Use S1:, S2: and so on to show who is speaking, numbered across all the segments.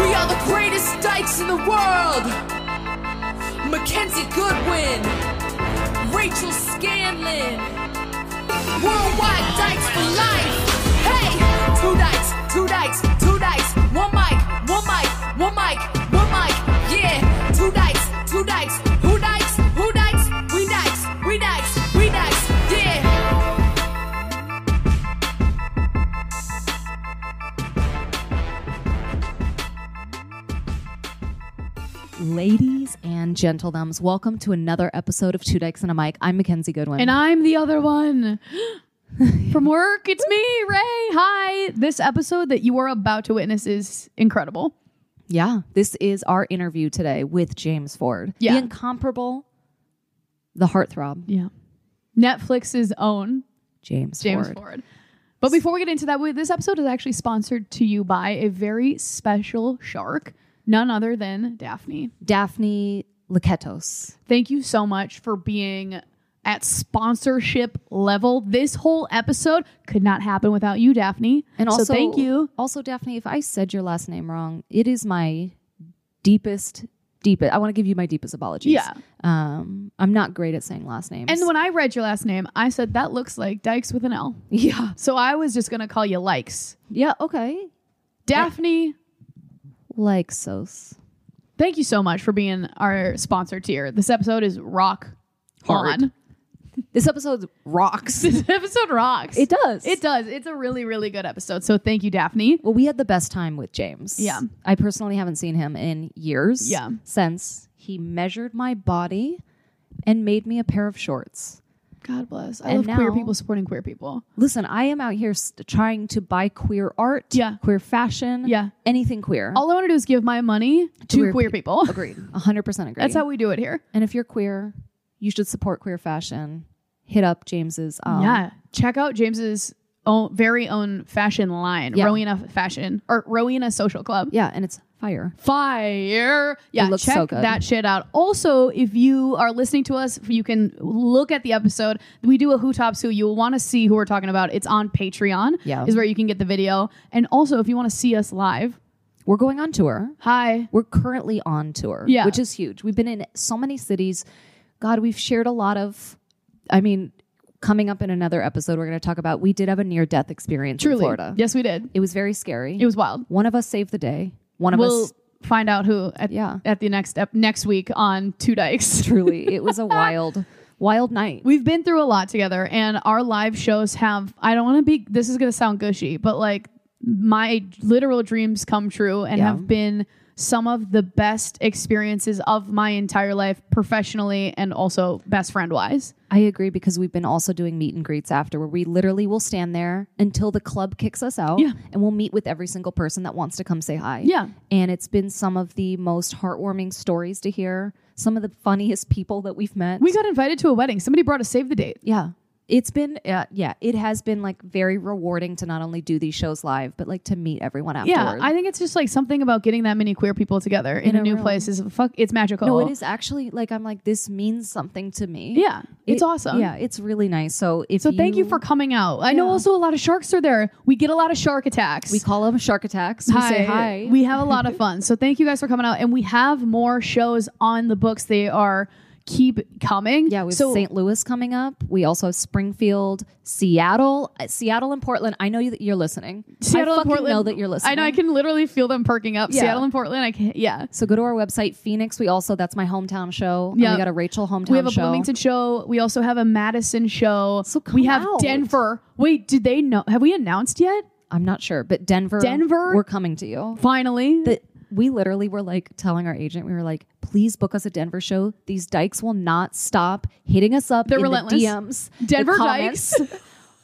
S1: We are the greatest dykes in the world. Mackenzie Goodwin, Rachel Scanlon, Worldwide Dykes for Life. Hey, two dykes, two dykes, two dykes, one mic, one mic, one mic, one mic. Yeah, two dykes, two dykes, who dykes, who dykes, we dykes, we dykes, we dykes. Yeah.
S2: Ladies and gentlemen, welcome to another episode of Two Dykes and a Mic. I'm Mackenzie Goodwin.
S3: And I'm the other one. From work, it's me, Ray. Hi. This episode that you are about to witness is incredible.
S2: yeah, this is our interview today with James Ford,
S3: Yeah.
S2: the incomparable, the heartthrob,
S3: Yeah. Netflix's own
S2: James,
S3: James
S2: Ford.
S3: Ford. But before we get into that, we, this episode is actually sponsored to you by a very special shark, none other than Daphne.
S2: Daphne Liketos.
S3: Thank you so much for being at sponsorship level. This whole episode could not happen without you, Daphne.
S2: And
S3: So
S2: also,
S3: thank you.
S2: Also, Daphne, if I said your last name wrong, it is my deepest, deepest. I want to give you my deepest apologies.
S3: Yeah.
S2: Um, I'm not great at saying last names.
S3: And when I read your last name, I said that looks like Dykes with an L.
S2: yeah.
S3: So I was just gonna call you Likes.
S2: Yeah. Okay.
S3: Daphne,
S2: Like Sos.
S3: thank you so much for being our sponsor tier. This episode is rock
S2: Hard.
S3: on.
S2: This episode rocks.
S3: This episode rocks.
S2: It does.
S3: It does. It's a really, really good episode. So thank you, Daphne.
S2: Well, we had the best time with James.
S3: Yeah.
S2: I personally haven't seen him in years.
S3: Yeah.
S2: Since he measured my body and made me a pair of shorts.
S3: God bless. I
S2: And
S3: love queer
S2: now-
S3: people supporting queer people.
S2: Listen, I am out here st- trying to buy queer art,
S3: Yeah.
S2: queer fashion,
S3: Yeah.
S2: anything queer.
S3: All I want to do is give my money to
S2: Queer
S3: queer, people.
S2: agreed. 100% agree.
S3: That's how we do it here.
S2: and if you're queer, you should support queer fashion. Hit up James's um,
S3: yeah. Check out James's own very own fashion line,
S2: Yeah.
S3: Rowena Fashion or Rowena Social Club.
S2: Yeah, and it's fire.
S3: fire. Yeah,
S2: looks
S3: check
S2: so good.
S3: that shit out. Also, if you are listening to us, you can look at the episode. We do a Who Tops Who. You'll want to see who we're talking about. It's on Patreon.
S2: Yeah.
S3: is where you can get the video. And also, if you want to see us live,
S2: We're going on tour.
S3: hi.
S2: We're currently on tour,
S3: Yeah.
S2: which is huge. We've been in so many cities. God, we've shared a lot of. I mean, coming up in another episode, we're going to talk about. We did have a near death experience
S3: Truly,
S2: in Florida.
S3: yes, we did.
S2: It was very scary.
S3: It was wild.
S2: one of us saved the day. One of
S3: We'll
S2: us,
S3: find out who at,
S2: Yeah.
S3: at the next ep- next week on Two Dykes.
S2: truly, it was a wild, wild night.
S3: We've been through a lot together, and our live shows have. I don't want to be. This is going to sound gushy, but like my literal dreams come true and
S2: Yeah.
S3: have been some of the best experiences of my entire life, professionally and also best friend wise.
S2: I agree because we've been also doing meet and greets after, where we literally will stand there until the club kicks us out,
S3: Yeah.
S2: and we'll meet with every single person that wants to come say hi.
S3: Yeah.
S2: and it's been some of the most heartwarming stories to hear. Some of the funniest people that we've met.
S3: We got invited to a wedding. Somebody brought a save the date.
S2: yeah, it's been uh, yeah, it has been like very rewarding to not only do these shows live, but like to meet everyone
S3: Yeah,
S2: afterwards.
S3: I think it's just like something about getting that many queer people together in,
S2: In
S3: a,
S2: a
S3: new
S2: room.
S3: place is fuck. It's magical.
S2: no, it is actually like I'm like this means something to me.
S3: Yeah, it's
S2: It-
S3: awesome.
S2: Yeah, it's really nice. So if
S3: So thank you for coming out. I know
S2: Yeah.
S3: also a lot of sharks are there. We get a lot of shark attacks.
S2: we call them shark attacks. We say hi.
S3: We have a lot of fun. So thank you guys for coming out. And we have more shows on the books. They are keep coming.
S2: yeah, we have
S3: so
S2: St. Louis coming up. We also have Springfield, Seattle, uh, Seattle and Portland. I know you, that you're listening.
S3: Seattle
S2: I
S3: and
S2: fucking
S3: Portland.
S2: know that you're listening.
S3: I know I can literally feel them perking up.
S2: Yeah.
S3: Seattle and Portland. I can yeah.
S2: So go to our website, Phoenix. We also that's my hometown show. And
S3: Yeah.
S2: we got a Rachel hometown
S3: We have a
S2: show.
S3: Bloomington show. We also have a Madison show.
S2: So come
S3: we have
S2: out.
S3: Denver. Wait, did they know? Have we announced yet?
S2: I'm not sure, but Denver,
S3: Denver?
S2: we're coming to you.
S3: Finally.
S2: That we literally were like telling our agent, we were like, please book us a Denver show. These dykes will not stop hitting us up.
S3: They're
S2: in
S3: relentless.
S2: The DMs, the
S3: Denver
S2: comments.
S3: Dykes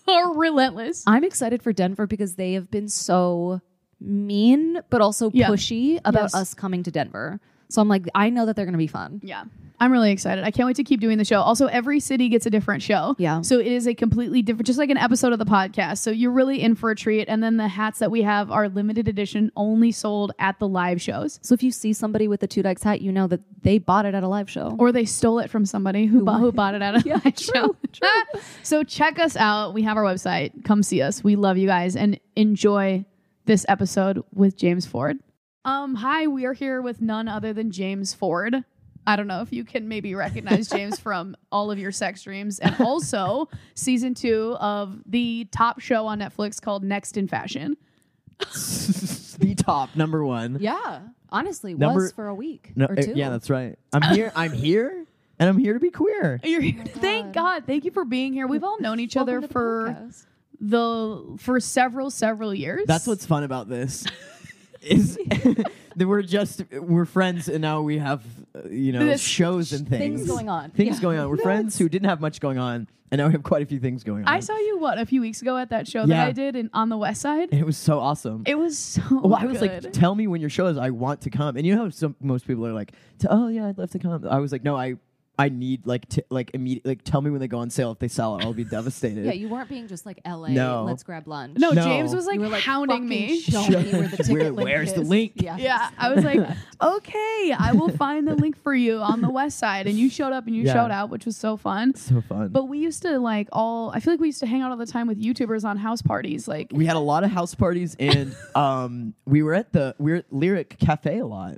S3: are relentless.
S2: I'm excited for Denver because they have been so mean, but also
S3: Yeah.
S2: pushy about
S3: Yes.
S2: us coming to Denver. So I'm like, I know that they're going to be fun.
S3: Yeah. I'm really excited. I can't wait to keep doing the show. Also, every city gets a different show.
S2: Yeah.
S3: So it is a completely different, just like an episode of the podcast. So you're really in for a treat. And then the hats that we have are limited edition, only sold at the live shows.
S2: So if you see somebody with a Two Dykes hat, you know that they bought it at a live show.
S3: Or they stole it from somebody who, bought, who bought it at a live show. so check us out. We have our website. Come see us. We love you guys and enjoy this episode with James Ford. Um, hi, we are here with none other than James Ford. I don't know if you can maybe recognize James from all of your sex dreams and also season two of the top show on Netflix called Next in Fashion.
S4: the top number one.
S2: Yeah, honestly,
S4: Number-
S2: was for a week
S4: No,
S2: or
S4: uh,
S2: two.
S4: yeah, that's right. I'm here. I'm here, and I'm here to be queer.
S3: You're here. Thank God. Thank you for being here. We've all known each other for the for several several years.
S4: That's what's fun about this. Is that we're just we're friends, and now we have uh, you know
S3: This-
S4: shows and things,
S2: things going on.
S4: Things
S2: Yeah.
S4: going on. We're friends who didn't have much going on, and now we have quite a few things going on.
S3: I saw you what a few weeks ago at that show
S4: Mm-hmm. Yeah.
S3: that I did in, on the West Side.
S4: And it was so awesome.
S3: It was so.
S4: well, Oh, I was
S3: good.
S4: like, tell me when your show is. I want to come. And you know how some most people are like, "T- oh yeah, I'd love to come. I was like, no, I I need like t- like immediate like tell me when they go on sale. If they sell it, I'll be devastated.
S2: Yeah, you weren't being just like L.A.
S4: No.
S2: Let's grab lunch.
S3: no,
S4: No.
S3: James was like,
S2: you were like
S3: hounding
S2: fucking
S3: me.
S2: Show me where the ticket
S4: Where-
S2: link
S4: where's the
S2: is.
S4: link?
S2: Yeah.
S3: yeah, I was like, okay, I will find the link for you on the West Side, and you showed up and you
S4: Yeah.
S3: showed out, which was so fun.
S4: so fun.
S3: But we used to like all. I feel like we used to hang out all the time with YouTubers on house parties. Like,
S4: we had a lot of house parties, and um, we were at the we were at Lyric Cafe a lot.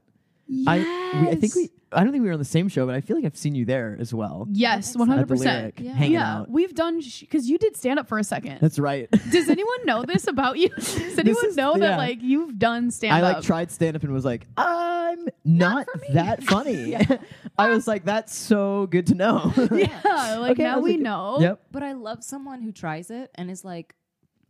S4: I we, I think
S3: Yes.
S4: we I don't think we were on the same show, but I feel like I've seen you there as well.
S3: yes, one
S4: At
S3: hundred
S4: the
S3: percent.
S4: Lyric, hanging
S3: Yeah,
S4: out.
S3: we've done because you did stand up for a second.
S4: That's right.
S3: Does anyone know this about you? Does anyone
S4: is-
S3: know that
S4: yeah.
S3: like you've done stand
S4: I
S3: up?
S4: like tried stand up and was like, I'm not,
S3: for me.
S4: that funny. I was like, that's so good to know.
S3: yeah, like
S4: Okay, I
S3: now
S4: was
S3: we
S4: like,
S3: know.
S4: Yep.
S2: But I love someone who tries it and is like,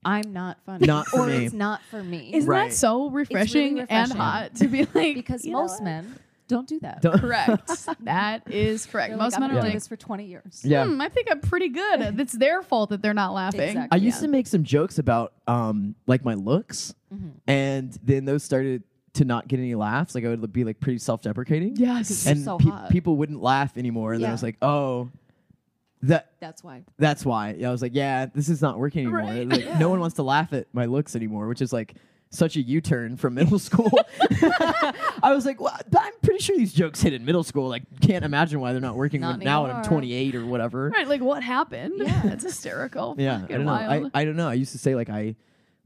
S2: "I'm not funny,
S4: Not for
S2: or
S4: me.
S2: it's not for me,"
S3: Isn't
S4: Right.
S3: that so refreshing, and
S2: refreshing.
S3: hot to be like?
S2: because
S3: you know
S2: most
S3: what?
S2: men don't do that.
S4: Don't-
S3: correct. that is correct.
S2: They're like,
S3: most
S2: "I've
S3: men
S2: been
S3: are
S2: doing
S3: like,
S2: this for 20 years.
S4: Yeah.
S3: hmm, I think I'm pretty good. It's their fault that they're not laughing.
S2: Exactly.
S4: I used
S2: Yeah.
S4: to make some jokes about um like my looks
S3: Mm-hmm.
S4: and then those started to not get any laughs. Like I would be like pretty self deprecating.
S3: Yes.
S4: And
S2: so
S4: pe-
S2: hot.
S4: people wouldn't laugh anymore. And then I
S2: Yeah.
S4: was like, oh, that
S2: That's why.
S4: that's why. I was like, yeah, this is not working anymore.
S3: Right.
S4: Like, No one wants to laugh at my looks anymore, which is like such a U turn from middle school. I was like, well, I'm pretty sure these jokes hit in middle school. Like, can't imagine why they're not working
S2: Not
S4: when- now when I'm
S2: anymore.
S4: 28 or whatever.
S3: Right, like what happened? Yeah, it's hysterical.
S4: Yeah, I
S3: Fucking
S4: don't know. I,
S3: wild.
S4: I don't know. I used to say like I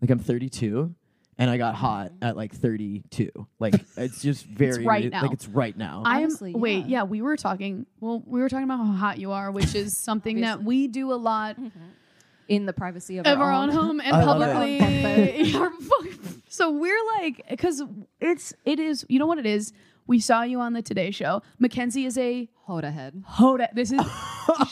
S4: like I'm 32 and I got hot at like 32. Like it's just very
S3: Mm-hmm. right now.
S4: like it's right now.
S3: I'm
S2: Honestly,
S3: wait,
S2: yeah.
S3: yeah, we were talking. Well, we were talking about how hot you are, which is something that we do a lot
S2: In the privacy of,
S3: of our own home and
S4: I love
S3: publicly.
S2: it.
S3: Our fu- so we're like, because it's it is. You know what it is. We saw you on the Today Show. Mackenzie is a
S2: Hoda head.
S3: hoda. This is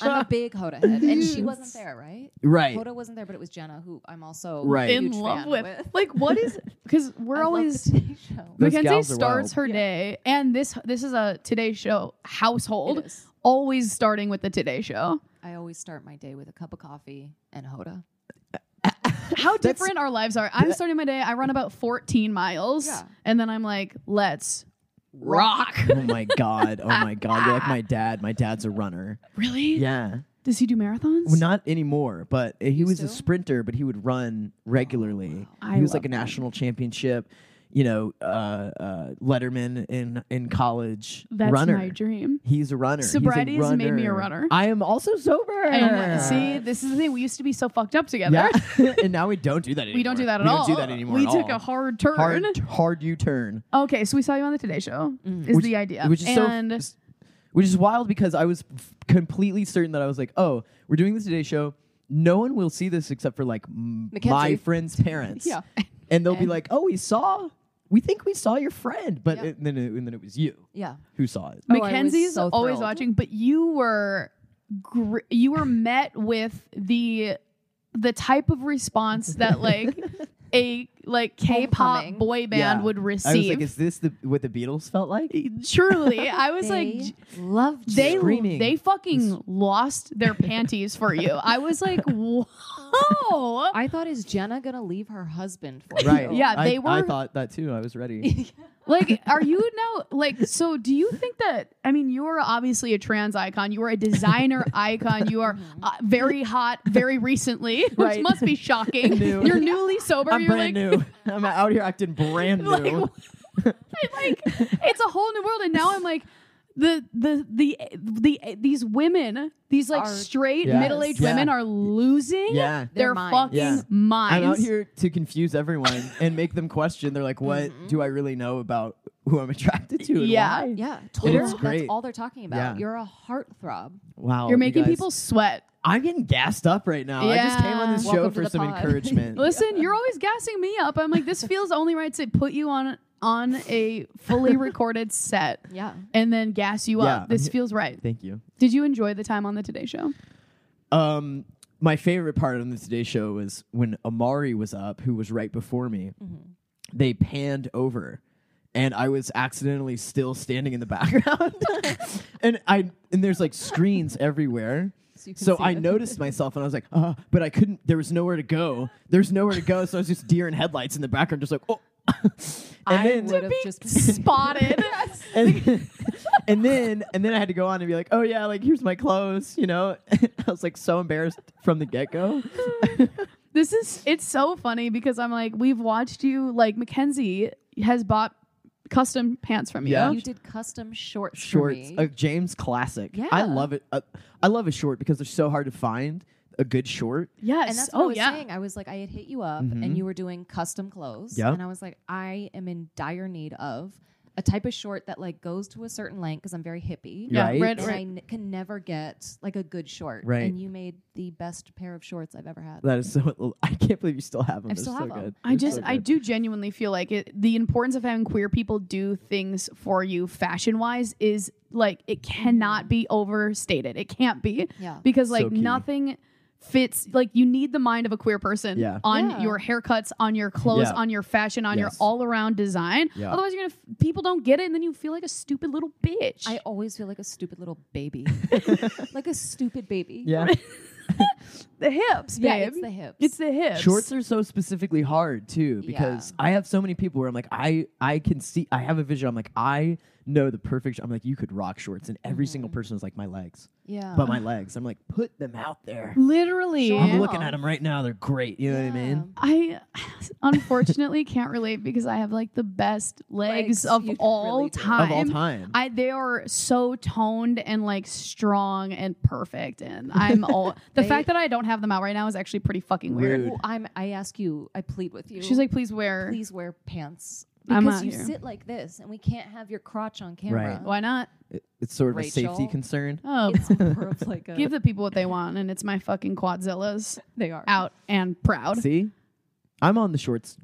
S2: I'm a big Hoda head, and she wasn't there, right?
S4: right.
S2: Hoda wasn't there, but it was Jenna, who I'm also
S4: Right.
S2: a
S3: in
S2: huge
S3: love
S2: fan
S3: with. Like, what is? Because we're
S2: I love the
S3: always
S2: Today Show.
S4: Those
S3: Mackenzie
S4: gals are
S3: starts
S4: wild.
S3: her day, and this this is a Today Show household.
S2: It is.
S3: Always starting with the Today Show.
S2: I always start my day with a cup of coffee and Hoda.
S3: How different our lives are. I'm starting my day. I run about 14 miles,
S2: Yeah.
S3: and then I'm like, let's rock.
S4: oh my god. Oh my god. You're like my dad. My dad's a runner.
S3: really?
S4: Yeah.
S3: Does he do marathons?
S4: Well, not anymore, but he was
S2: still?
S4: a sprinter, but he would run
S3: Oh,
S4: regularly.
S3: I
S4: He was
S3: love
S4: like a national championship, you know, uh, uh, Letterman in in college
S3: That's
S4: runner.
S3: my dream.
S4: He's a runner. He's a
S3: Sobriety has made me a runner.
S4: I am also sober.
S3: And see, this is the thing. We used to be so fucked up together.
S4: Yeah. and now we don't do that anymore.
S3: We don't do that at all.
S4: We don't do that anymore.
S3: We
S4: at
S3: took
S4: all.
S3: a hard turn.
S4: hard, hard U turn.
S3: Okay, so we saw you on the Today Show.
S2: Mm-hmm.
S3: Is the idea?
S4: Which is
S3: and
S4: so, which is wild because I was f- completely certain that I was like, oh, we're doing this Today Show. No one will see this except for like m-
S2: Mackenzie.
S4: my friend's parents.
S2: Yeah.
S4: and they'll be like, oh, we saw. We think we saw your friend, but it- then it, and then it was you
S2: Yeah.
S4: who saw it.
S2: Oh, I was
S3: Mackenzie's
S2: so
S3: always
S2: thrilled.
S3: watching, but you were gr- you were met with the the type of response that like a like K-pop
S2: Homecoming.
S3: boy band
S4: Yeah.
S3: would
S4: I was like,
S3: receive.
S4: is this the what the Beatles felt like?
S3: Truly, I was
S2: They
S3: like,
S2: loved you.
S3: they
S4: Screaming.
S3: they fucking lost their panties for you. I was like, whoa.
S2: I thought, is Jenna going to leave her husband for
S4: Right.
S2: you?
S3: Yeah,
S4: I-
S3: they
S4: I
S3: were-
S4: thought that too. I was ready.
S3: Like, are you now like so do you think that I mean you are obviously a trans icon, you are a designer icon, you are uh, very hot very recently, which
S4: Right.
S3: must be shocking.
S4: New.
S3: You're newly sober,
S4: I'm
S3: you're
S4: brand
S3: like
S4: new. I'm out here acting brand
S3: Like,
S4: new.
S3: like it's a whole new world and now I'm like the the the the these women, these like
S2: Are-
S3: straight
S4: Yes.
S3: middle aged
S4: Yeah.
S3: women are losing
S4: Yeah.
S3: their,
S2: Their minds.
S3: fucking
S4: Yeah. I'm
S3: minds.
S4: out here to confuse everyone and make them question. They're like, "What do I really know about who I'm attracted to?" and
S3: Yeah.
S4: why?
S2: Yeah, Twitter.
S4: is
S2: That's
S4: great.
S2: all they're talking about.
S4: Yeah.
S2: You're a heartthrob.
S4: Wow.
S3: You're
S4: you
S3: making
S4: guys-
S3: people sweat.
S4: I'm getting gassed up right now. I just came on
S3: Yeah.
S4: this
S2: Welcome
S4: show
S2: to
S4: for
S2: the
S4: some
S2: pod.
S4: encouragement.
S3: Listen, you're always gassing me up. I'm like, this feels only right to put you on on a fully recorded set
S2: Yeah.
S3: and then gas you
S4: Yeah,
S3: up. This
S4: I'm-
S3: feels right.
S4: Thank you.
S3: Did you enjoy the time on the Today Show?
S4: Um, my favorite part on the Today Show was when Amari was up, who was right before me.
S2: Mm-hmm.
S4: They panned over, and I was accidentally still standing in the background, and I and there's like screens everywhere.
S2: So, you can
S4: So
S2: see
S4: I
S2: it.
S4: noticed myself, and I was like, uh, but I couldn't. There was nowhere to go. There's nowhere to go. So I was just deer in headlights in the background, just like, oh. and
S2: I
S4: then-
S2: would have just
S3: Spotted.
S4: and, and then and then I had to go on and be like, oh yeah, like here's my clothes, you know. I was like so embarrassed from the get go.
S3: this is it's so funny because I'm like, we've watched you like Mackenzie has bought custom pants from you.
S4: Yeah.
S2: You did custom shorts. For
S4: Shorts,
S2: me.
S4: a James classic.
S2: Yeah.
S4: I love it. Uh, I love a short because they're so hard to find. A good short.
S3: Yes.
S2: And that's what
S3: oh
S2: I was
S3: yeah.
S2: saying. I was like, I had hit you up
S4: Mm-hmm.
S2: and you were doing custom clothes.
S4: Yeah.
S2: And I was like, I am in dire need of a type of short that like goes to a certain length because I'm very hippie.
S3: Yeah.
S4: Right?
S3: Red,
S2: And I
S3: red.
S2: n- can never get like a good short.
S4: Right.
S2: And you made the best pair of shorts I've ever had.
S4: That is so. I can't believe you still have them.
S2: I
S4: They're
S2: still
S4: so
S2: have 'em.
S4: good.
S3: I
S4: They're
S3: just
S4: so
S3: I
S4: good.
S3: do genuinely feel like it, the importance of having queer people do things for you fashion wise is like it cannot be overstated. It can't be
S2: Yeah.
S3: because
S4: So
S3: like
S4: key.
S3: nothing fits like you need the mind of a queer person
S4: Yeah.
S3: on
S2: Yeah.
S3: your haircuts, on your clothes,
S4: Yeah.
S3: on your fashion, on your
S4: Yes.
S3: all around design.
S4: Yeah.
S3: Otherwise, you're gonna f- people don't get it, and then you feel like a stupid little bitch.
S2: I always feel like a stupid little baby. like a stupid baby.
S4: Yeah.
S3: the hips, babe.
S2: Yeah, it's the hips.
S3: It's the hips.
S4: Shorts are so specifically hard too because I have so many people where I'm like I I can see I have a vision I'm like I know the perfect sh- I'm like you could rock shorts and every single person is like my legs
S2: yeah.
S4: but my legs I'm like put them out there
S3: literally.
S2: Sure.
S4: I'm
S2: Yeah.
S4: looking at them right now they're great you know what I mean
S3: I unfortunately can't relate because I have like the best legs,
S2: Legs,
S3: of,
S2: you
S3: all
S2: really do. Of
S3: time.
S4: of all time
S3: Uh, I they are so toned and like strong and perfect, and I'm all the
S2: They-
S3: fact that I don't have them out right now is actually pretty fucking weird.
S4: Rude.
S2: Well, I'm, I ask you, I plead with you.
S3: She's like, please wear.
S2: please wear pants.
S3: I'm
S2: Because
S3: out
S2: you
S3: here.
S2: sit like this and we can't have your crotch on camera.
S4: Right.
S3: Why not?
S4: It- it's sort of a
S2: Rachel.
S4: safety concern
S3: Oh,
S2: It's more of like a
S3: give the people what they want, and it's my fucking quadzillas
S2: they are
S3: out and proud.
S4: see I'm on the shorts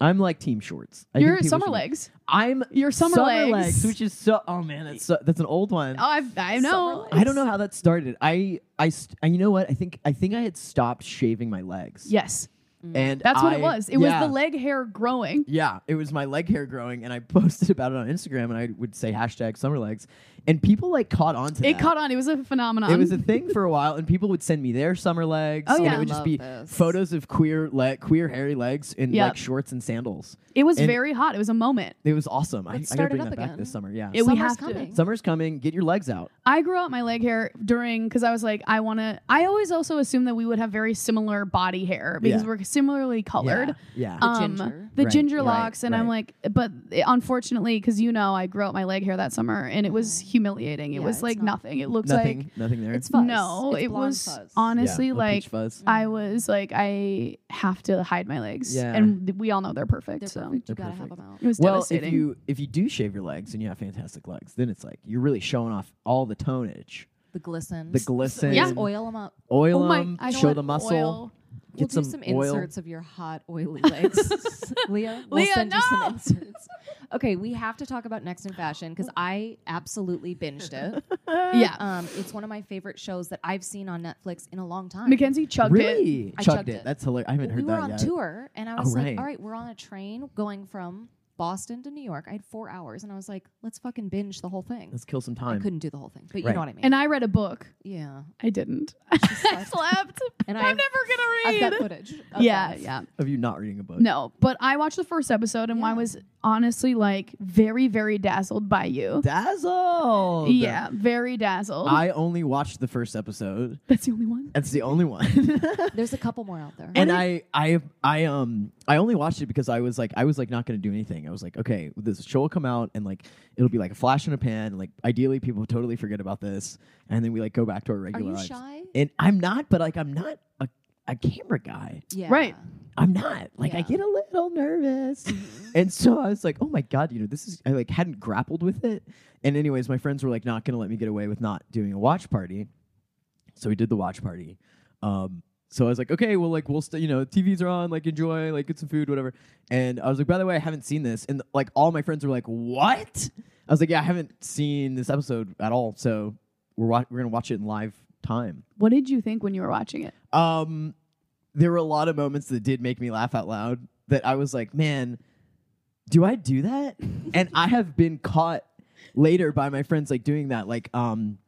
S4: I'm like team shorts I think
S3: Your
S4: people
S3: summer
S4: should-
S3: legs.
S4: I'm
S3: Your summer legs.
S4: which is so oh man that's so, that's an old one
S3: Oh, I've, I know.
S4: I don't know how that started. I I, st- I you know what? I think I think I had stopped shaving my legs.
S3: Yes,
S4: and
S3: that's what it
S4: I-
S3: was. It
S4: yeah.
S3: was the leg hair growing.
S4: Yeah, it was my leg hair growing, and I posted about it on Instagram, and I would say hashtag summer legs, and people like caught on to
S3: It
S4: that.
S3: caught on. It was a phenomenon.
S4: It was a thing for a while, and people would send me their summer legs,
S3: Oh,
S4: and
S3: yeah.
S4: it would
S2: Love
S4: just be
S2: this.
S4: photos of queer le- queer hairy legs in
S3: Yeah.
S4: like shorts and sandals.
S3: It was
S4: And-
S3: very hot. It was a moment.
S4: It was awesome. I, I
S2: Let's
S4: gotta
S2: start it
S4: bring
S2: up
S4: that
S2: again.
S4: back this summer. Yeah,
S3: It- we
S2: Summer's
S3: have to.
S2: coming.
S4: summer's coming. Get your legs out.
S3: I grew out my leg hair during because I was like, I want to. I always also assumed that we would have very similar body hair because
S4: Yeah.
S3: we're similarly colored. Um,
S4: Yeah, yeah.
S2: The ginger.
S3: the
S4: Right,
S3: ginger
S4: right,
S3: locks, and I'm like, but it- unfortunately, because you know, I grew out my leg hair that summer, and it was humiliating. It
S2: Yeah,
S3: was
S2: it's
S3: like
S2: not-
S3: nothing. It looked
S4: nothing,
S3: like
S4: nothing there.
S2: It's fuzz.
S3: no.
S2: It's
S3: it
S2: blonde
S3: was
S2: fuzz.
S3: honestly
S4: Yeah, a
S3: like
S4: peach fuzz.
S3: I was like, I have to hide my legs,
S4: Yeah.
S3: and th- we all know they're perfect.
S2: They're
S3: so
S2: perfect. You
S4: They're
S2: gotta have
S4: perfect.
S2: them out.
S3: it was
S4: well,
S3: devastating.
S4: if you if you do shave your legs and you have fantastic legs, then it's like you're really showing off all the tonage,
S2: The glisten.
S4: the glisten,
S3: Yeah.
S2: Just oil them up.
S4: oil
S3: oh my,
S4: them,
S3: I don't
S4: um, show
S3: want
S4: the muscle.
S3: oil.
S2: We'll
S4: Get
S2: do some,
S4: some oil.
S2: inserts of your hot, oily legs. Leah, we'll
S3: Leah,
S2: send you
S3: no!
S2: some inserts. Okay, we have to talk about Next in Fashion because I absolutely binged it.
S3: Yeah,
S2: Um, it's one of my favorite shows that I've seen on Netflix in a long time.
S3: Mackenzie chugged it.
S4: Really
S2: I
S4: chugged
S2: chugged
S4: it.
S2: it.
S4: That's hilarious. I haven't
S2: we
S4: heard
S2: were
S4: that
S2: on
S4: yet.
S2: tour, and I was
S4: Oh,
S2: like,
S4: right.
S2: all right, we're on a train going from Boston to New York. I had four hours, and I was like, let's fucking binge the whole thing.
S4: Let's kill some
S2: I
S4: time.
S2: couldn't do the whole thing, but you
S4: Right.
S2: know what I mean.
S3: And I read a book.
S2: yeah.
S3: I didn't. I slept.
S2: And
S3: I'm
S2: I've-
S3: never
S2: I've
S3: gonna
S2: got
S3: read.
S2: footage. of
S3: yeah,
S2: that.
S3: yeah.
S4: Of you not reading a book.
S3: No, but I watched the first episode and I was honestly like very, very dazzled by you.
S4: Dazzled.
S3: yeah, very dazzled.
S4: I only watched the first episode.
S3: That's the only one.
S4: That's the only one.
S2: There's a couple more out there.
S4: and I, I, I, um, I only watched it because I was like, I was like not going to do anything. I I was like, okay, this show will come out and like it'll be like a flash in a pan. And, like ideally, people totally forget about this, and then we like go back to our
S2: Are
S4: regular
S2: you
S4: lives.
S2: shy?
S4: And I'm not, but like I'm not a, a camera guy.
S2: Yeah.
S3: Right.
S4: I'm not. Like I
S2: Yeah.
S4: get a little nervous. and so I was like, oh my god, you know, this is I like hadn't grappled with it. And anyways, my friends were like not going to let me get away with not doing a watch party. So we did the watch party. Um so I was like, okay, well, like we'll, st- you know, TVs are on, like enjoy, like get some food, whatever. And I was like, by the way, I haven't seen this, and like all my friends were like, what? I was like, yeah, I haven't seen this episode at all, so we're wa- we're gonna watch it in live time.
S3: What did you think when you were watching it?
S4: Um, there were a lot of moments that did make me laugh out loud that I was like, man, do I do that? and I have been caught later by my friends like doing that. Like, um,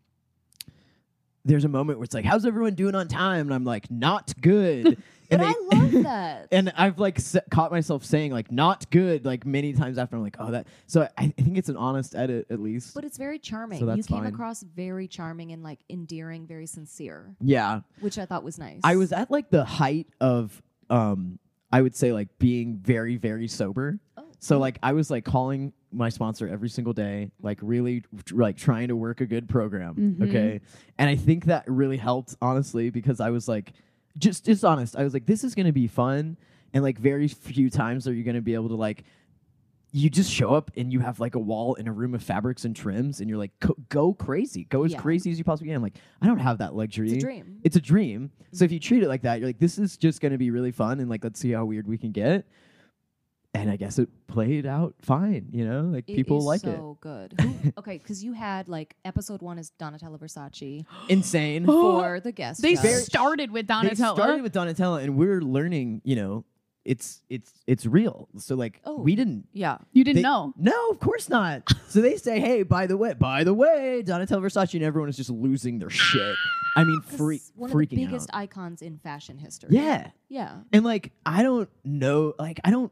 S4: there's a moment where it's like, how's everyone doing on time? And I'm like, not good.
S2: But
S4: and
S2: I
S4: they-
S2: love that.
S4: and I've like s- caught myself saying like not good like many times after I'm like oh that so I, I think it's an honest edit at least
S2: But it's very charming.
S4: So
S2: you
S4: that's
S2: came
S4: fine.
S2: across very charming and like endearing, very sincere,
S4: yeah
S2: which I thought was nice.
S4: I was at like the height of um I would say like being very very sober.
S2: Oh.
S4: So like I was like calling my sponsor every single day, like really tr- like trying to work a good program,
S2: Mm-hmm.
S3: Mhm.
S4: okay? And I think that really helped honestly because I was like just just honest. I was like this is going to be fun and like very few times are you going to be able to like you just show up and you have like a wall in a room of fabrics and trims and you're like "Co- go crazy go as
S2: Yeah.
S4: crazy as you possibly can like i don't have that luxury
S2: It's a dream.
S4: it's a dream. So if
S2: Mm-hmm.
S4: you treat it like that, you're like, this is just going to be really fun, and like, let's see how weird we can get. And I guess it played out fine, you know. Like
S2: It
S4: people
S2: is
S4: like
S2: so good. Who- okay, because you had like episode one is Donatella Versace
S4: it. Insane.
S2: for the guest.
S3: They
S2: judge.
S3: started with
S4: they
S3: Donatella.
S4: started with Donatella, and we're learning, you know, it's it's it's real. So like,
S2: Oh.
S4: we didn't.
S2: yeah.
S3: you didn't
S4: they-
S3: know.
S4: No, of course not. so they say, hey, by the way, by the way, Donatella Versace, and everyone is just losing their shit. I mean, freak,
S2: This- one of the
S4: freaking
S2: biggest
S4: out.
S2: icons in fashion history.
S4: Yeah.
S2: Yeah.
S4: And like, I don't know, like, I don't,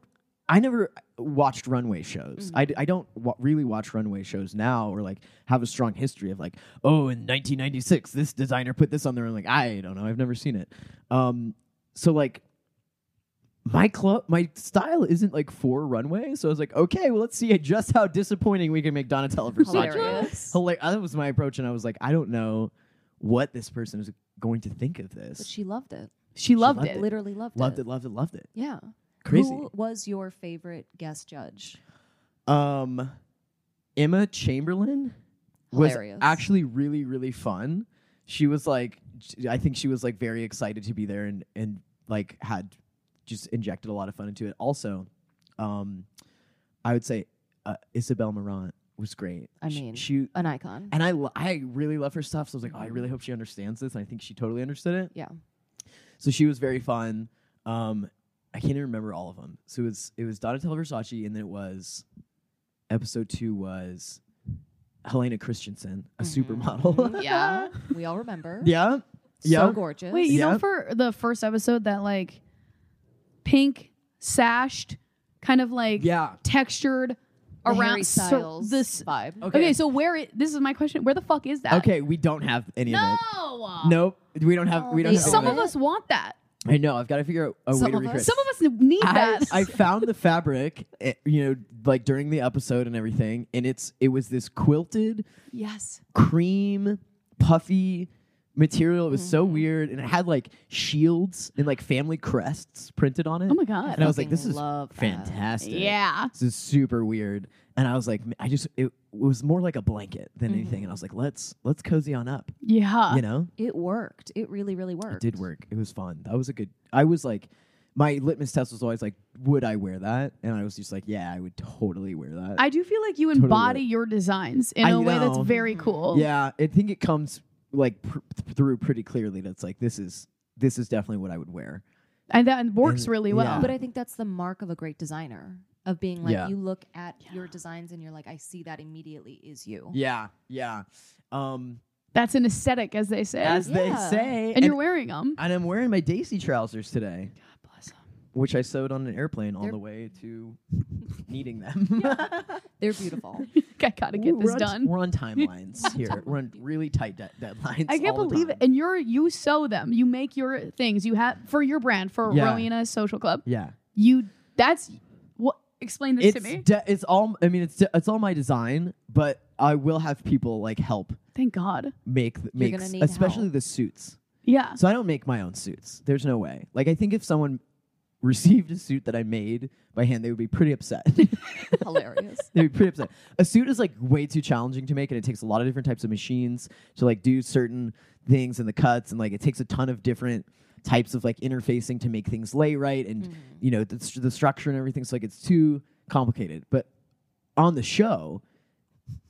S4: I never watched runway shows. I d- I, don't wa- really watch runway shows now or like have a strong history of like, oh, in 1996, this designer put this on their own. Like, I don't know. I've never seen it. Um, so like, my club, my style isn't like for runway. So I was like, okay, well, let's see just how disappointing we can make Donatella Versace.
S2: Hilarious.
S4: Hila- uh, that was my approach. And I was like, I don't know what this person is going to think of
S2: But
S4: this.
S2: she loved it.
S3: She loved,
S4: loved
S3: it.
S4: it.
S2: Literally loved,
S4: loved
S2: it.
S4: it, loved it, loved it.
S2: Yeah.
S4: Crazy.
S2: Who was your favorite guest judge?
S4: Um, Emma Chamberlain
S2: Hilarious.
S4: was actually really really fun. She was like, j- I think she was like very excited to be there and and like had just injected a lot of fun into it. Also, um, I would say uh, Isabel Marant was great.
S2: I
S4: Sh-
S2: mean,
S4: she
S2: An icon.
S4: and I lo- I really love her stuff. So I was like, oh, I really hope she understands this. And I think she totally understood it.
S2: Yeah.
S4: So she was very fun. Um, I can't even remember all of them. So it was it was Donatella Versace, and then it was episode two was Helena Christensen, a
S2: Mm-hmm.
S4: supermodel.
S3: yeah.
S2: We all remember.
S4: yeah, yeah.
S2: So gorgeous.
S3: Wait, you know,
S4: Yeah.
S3: for the first episode, that like pink sashed, kind of like
S4: Yeah.
S3: textured
S2: The
S3: around
S2: Harry
S3: cir-
S2: Styles
S3: this
S2: vibe.
S3: Okay. so where it? This is my question. Where the fuck is that?
S4: Okay, we don't have any
S3: No.
S4: of it. Nope, we don't have. We don't
S2: they-
S4: have.
S3: Some
S4: any
S3: of
S4: of it.
S3: us want that.
S4: I know. I've got to figure out a
S2: Some
S4: way to
S2: of us-
S4: recreate.
S3: Some of us need
S4: I,
S3: that.
S4: I found the fabric, eh, you know, like during the episode and everything, and it's it was this quilted
S2: Yes.
S4: cream puffy material. It was so
S3: Mm-hmm.
S4: weird, and it had like shields and like family crests printed on it.
S3: oh my god.
S4: And I was like,
S2: Fucking
S4: "This is
S2: love that.
S4: fantastic!
S3: yeah.
S4: this is super weird." And I was like, "I just it, was more like a blanket than
S3: Mm-hmm.
S4: anything." And I was like, "Let's let's cozy on up,"
S3: Yeah.
S4: you know.
S2: It worked. It really, really worked.
S4: It did work. It was fun. That was a good. I was like, my litmus test was always like, "Would I wear that?" And I was just like, "Yeah, I would totally wear that."
S3: I do feel like you
S4: Totally
S3: embody
S4: right.
S3: your designs in
S4: I
S3: a way that's
S4: know.
S3: very cool.
S4: Yeah, I think it comes like pr- th- through pretty clearly. That's like this is this is definitely what I would wear.
S3: And that works
S4: And-
S3: really well.
S4: yeah.
S2: Uh, But I think that's the mark of a great designer of being like
S4: Yeah.
S2: you look at your designs and you're like, I see that immediately is you.
S4: Yeah, yeah. Um,
S3: That's an aesthetic, as they say.
S4: as they
S2: Yeah.
S4: say,
S3: Uh, and, you're wearing them.
S4: and I'm wearing my Daisy trousers today,
S3: Bless 'em.
S4: which I sewed on an airplane on
S2: They're-
S4: the way to needing them.
S2: They're beautiful.
S3: I gotta get
S4: Ooh,
S3: this
S4: we're on-
S3: done.
S4: We're on timelines here. We're on really tight de- deadlines.
S3: I can't
S4: all the
S3: believe it.
S4: time.
S3: And you're you sew them. You make your things. You have for your brand for
S4: Yeah.
S3: Rowena Social Club.
S4: Yeah.
S3: You that's what Explain this
S4: It's
S3: to me.
S4: de- it's all. I mean, it's de- it's all my design, but I will have people like help
S3: Thank God.
S4: make make
S2: gonna need
S4: especially
S2: help.
S4: the suits.
S3: Yeah.
S4: So I don't make my own suits. There's no way. Like I think if someone received a suit that I made by hand, they would be pretty upset.
S2: Hilarious.
S4: They'd be pretty upset. A suit is like way too challenging to make, and it takes a lot of different types of machines to like do certain things and the cuts, and like it takes a ton of different types of like interfacing to make things lay right, and
S2: Mm-hmm.
S4: you know the, str- the structure and everything. So like it's too complicated. But on the show,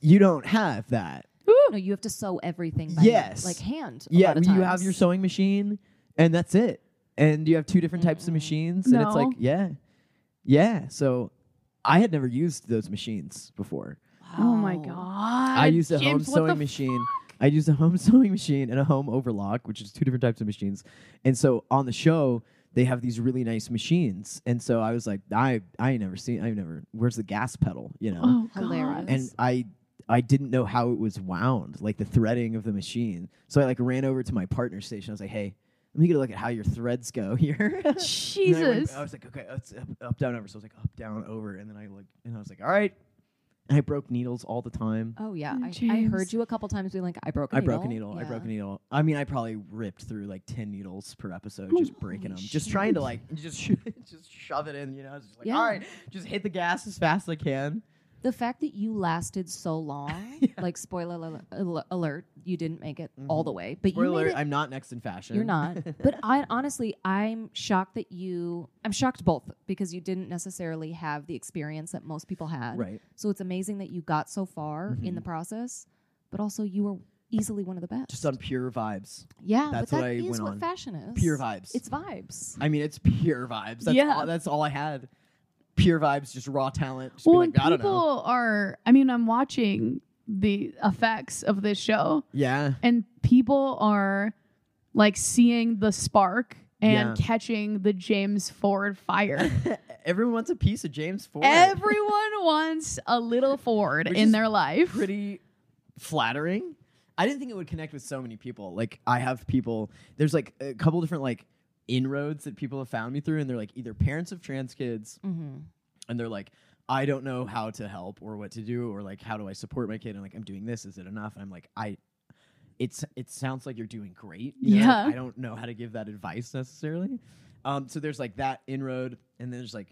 S4: you don't have that.
S2: no, you have to sew everything. By
S4: Yes.
S2: hand, like hand. a
S4: yeah,
S2: lot of
S4: you have
S2: times.
S4: your sewing machine, and that's it. And you have two different types
S2: Mm-hmm.
S4: of machines, and it's
S3: No.
S4: like yeah, yeah. So I had never used those machines before.
S3: Oh my
S2: Wow.
S3: God.
S4: I used a
S3: James,
S4: home
S3: what the
S4: sewing machine. I used a home sewing machine and a home overlock, which is two different types of machines. And so on the show, they have these really nice machines. And so I was like, I I ain't never seen. I've never. Where's the gas pedal? You know.
S3: Oh,
S2: Hilarious.
S3: God.
S4: And I I didn't know how it was wound, like the threading of the machine. So I like ran over to my partner's station. I was like, Hey, let me get a look at how your threads go here. And then I, went-
S3: Jesus.
S4: I was like, okay, it's up, up, down, over. So I was like, up, down, over, and then I like, and I was like, all right. And I broke needles all the time.
S2: Oh yeah, I, I
S3: James.
S2: heard you a couple times being like, "I broke a
S4: I
S2: needle."
S4: broke a needle. I
S2: Yeah.
S4: broke a needle. I mean, I probably ripped through like ten needles per episode, just breaking them, just trying to like just sho- just shove it in. You know, I was just like,
S2: Yeah.
S4: all right, just hit the gas as fast as I can.
S2: The fact that you lasted so long, like spoiler al- al- alert, you didn't make it all the way, but you
S4: Mm-hmm. Spoiler:
S2: made it.
S4: alert, I'm not next in fashion.
S2: You're not. but I honestly, I'm shocked that you. I'm shocked both because you didn't necessarily have the experience that most people had.
S4: Right. Mm-hmm.
S2: So it's amazing that you got so far in the process, but also you were easily one of the best.
S4: just on pure vibes.
S2: yeah,
S4: that's
S2: but
S4: what
S2: that
S4: I
S2: is
S4: went
S2: what
S4: on.
S2: fashion is.
S4: Pure vibes.
S2: It's vibes.
S4: I mean, it's pure vibes. That's
S3: Yeah.
S4: all, that's all I had. Pure vibes, just raw talent. Just be
S3: well,
S4: like,
S3: and
S4: I don't know.
S3: people are, I mean, I'm watching the effects of this show,
S4: Yeah,
S3: and people are like seeing the spark and
S4: Yeah.
S3: catching the James Ford fire.
S4: everyone wants a piece of James Ford.
S3: Everyone wants a little Ford
S4: Which
S3: in
S4: is
S3: their life.
S4: pretty flattering. I didn't think it would connect with so many people. Like I have people. There's like a couple different like inroads that people have found me through, and they're like either parents of trans kids,
S2: Mm-hmm.
S4: and they're like, I don't know how to help or what to do or like how do I support my kid. And like I'm doing this. Is it enough? And I'm like I. It's it sounds like you're doing great. you know? Like,
S3: Yeah.
S4: I don't know how to give that advice necessarily. Um, so there's like that inroad, and then there's like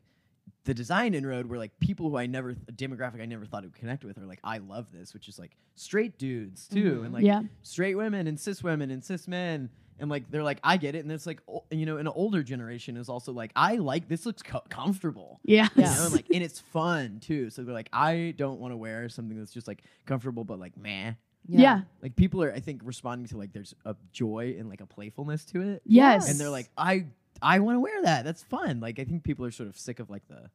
S4: the design inroad where like people who I never a demographic I never thought I would connect with are like I love this, which is like straight dudes too, and like
S3: Mm-hmm. Yeah.
S4: straight women and cis women and cis men, and like they're like I get it, and it's like o- you know an older generation is also like I like this looks co- comfortable.
S3: Yeah.
S4: You know, and like and it's fun too. So they're like, I don't want to wear something that's just like comfortable, but like meh.
S3: yeah.
S4: Like people are, I think, responding to like there's a joy and like a playfulness to it
S3: Yes.
S4: and they're like i i want to wear that that's fun like i think people are sort of sick of like the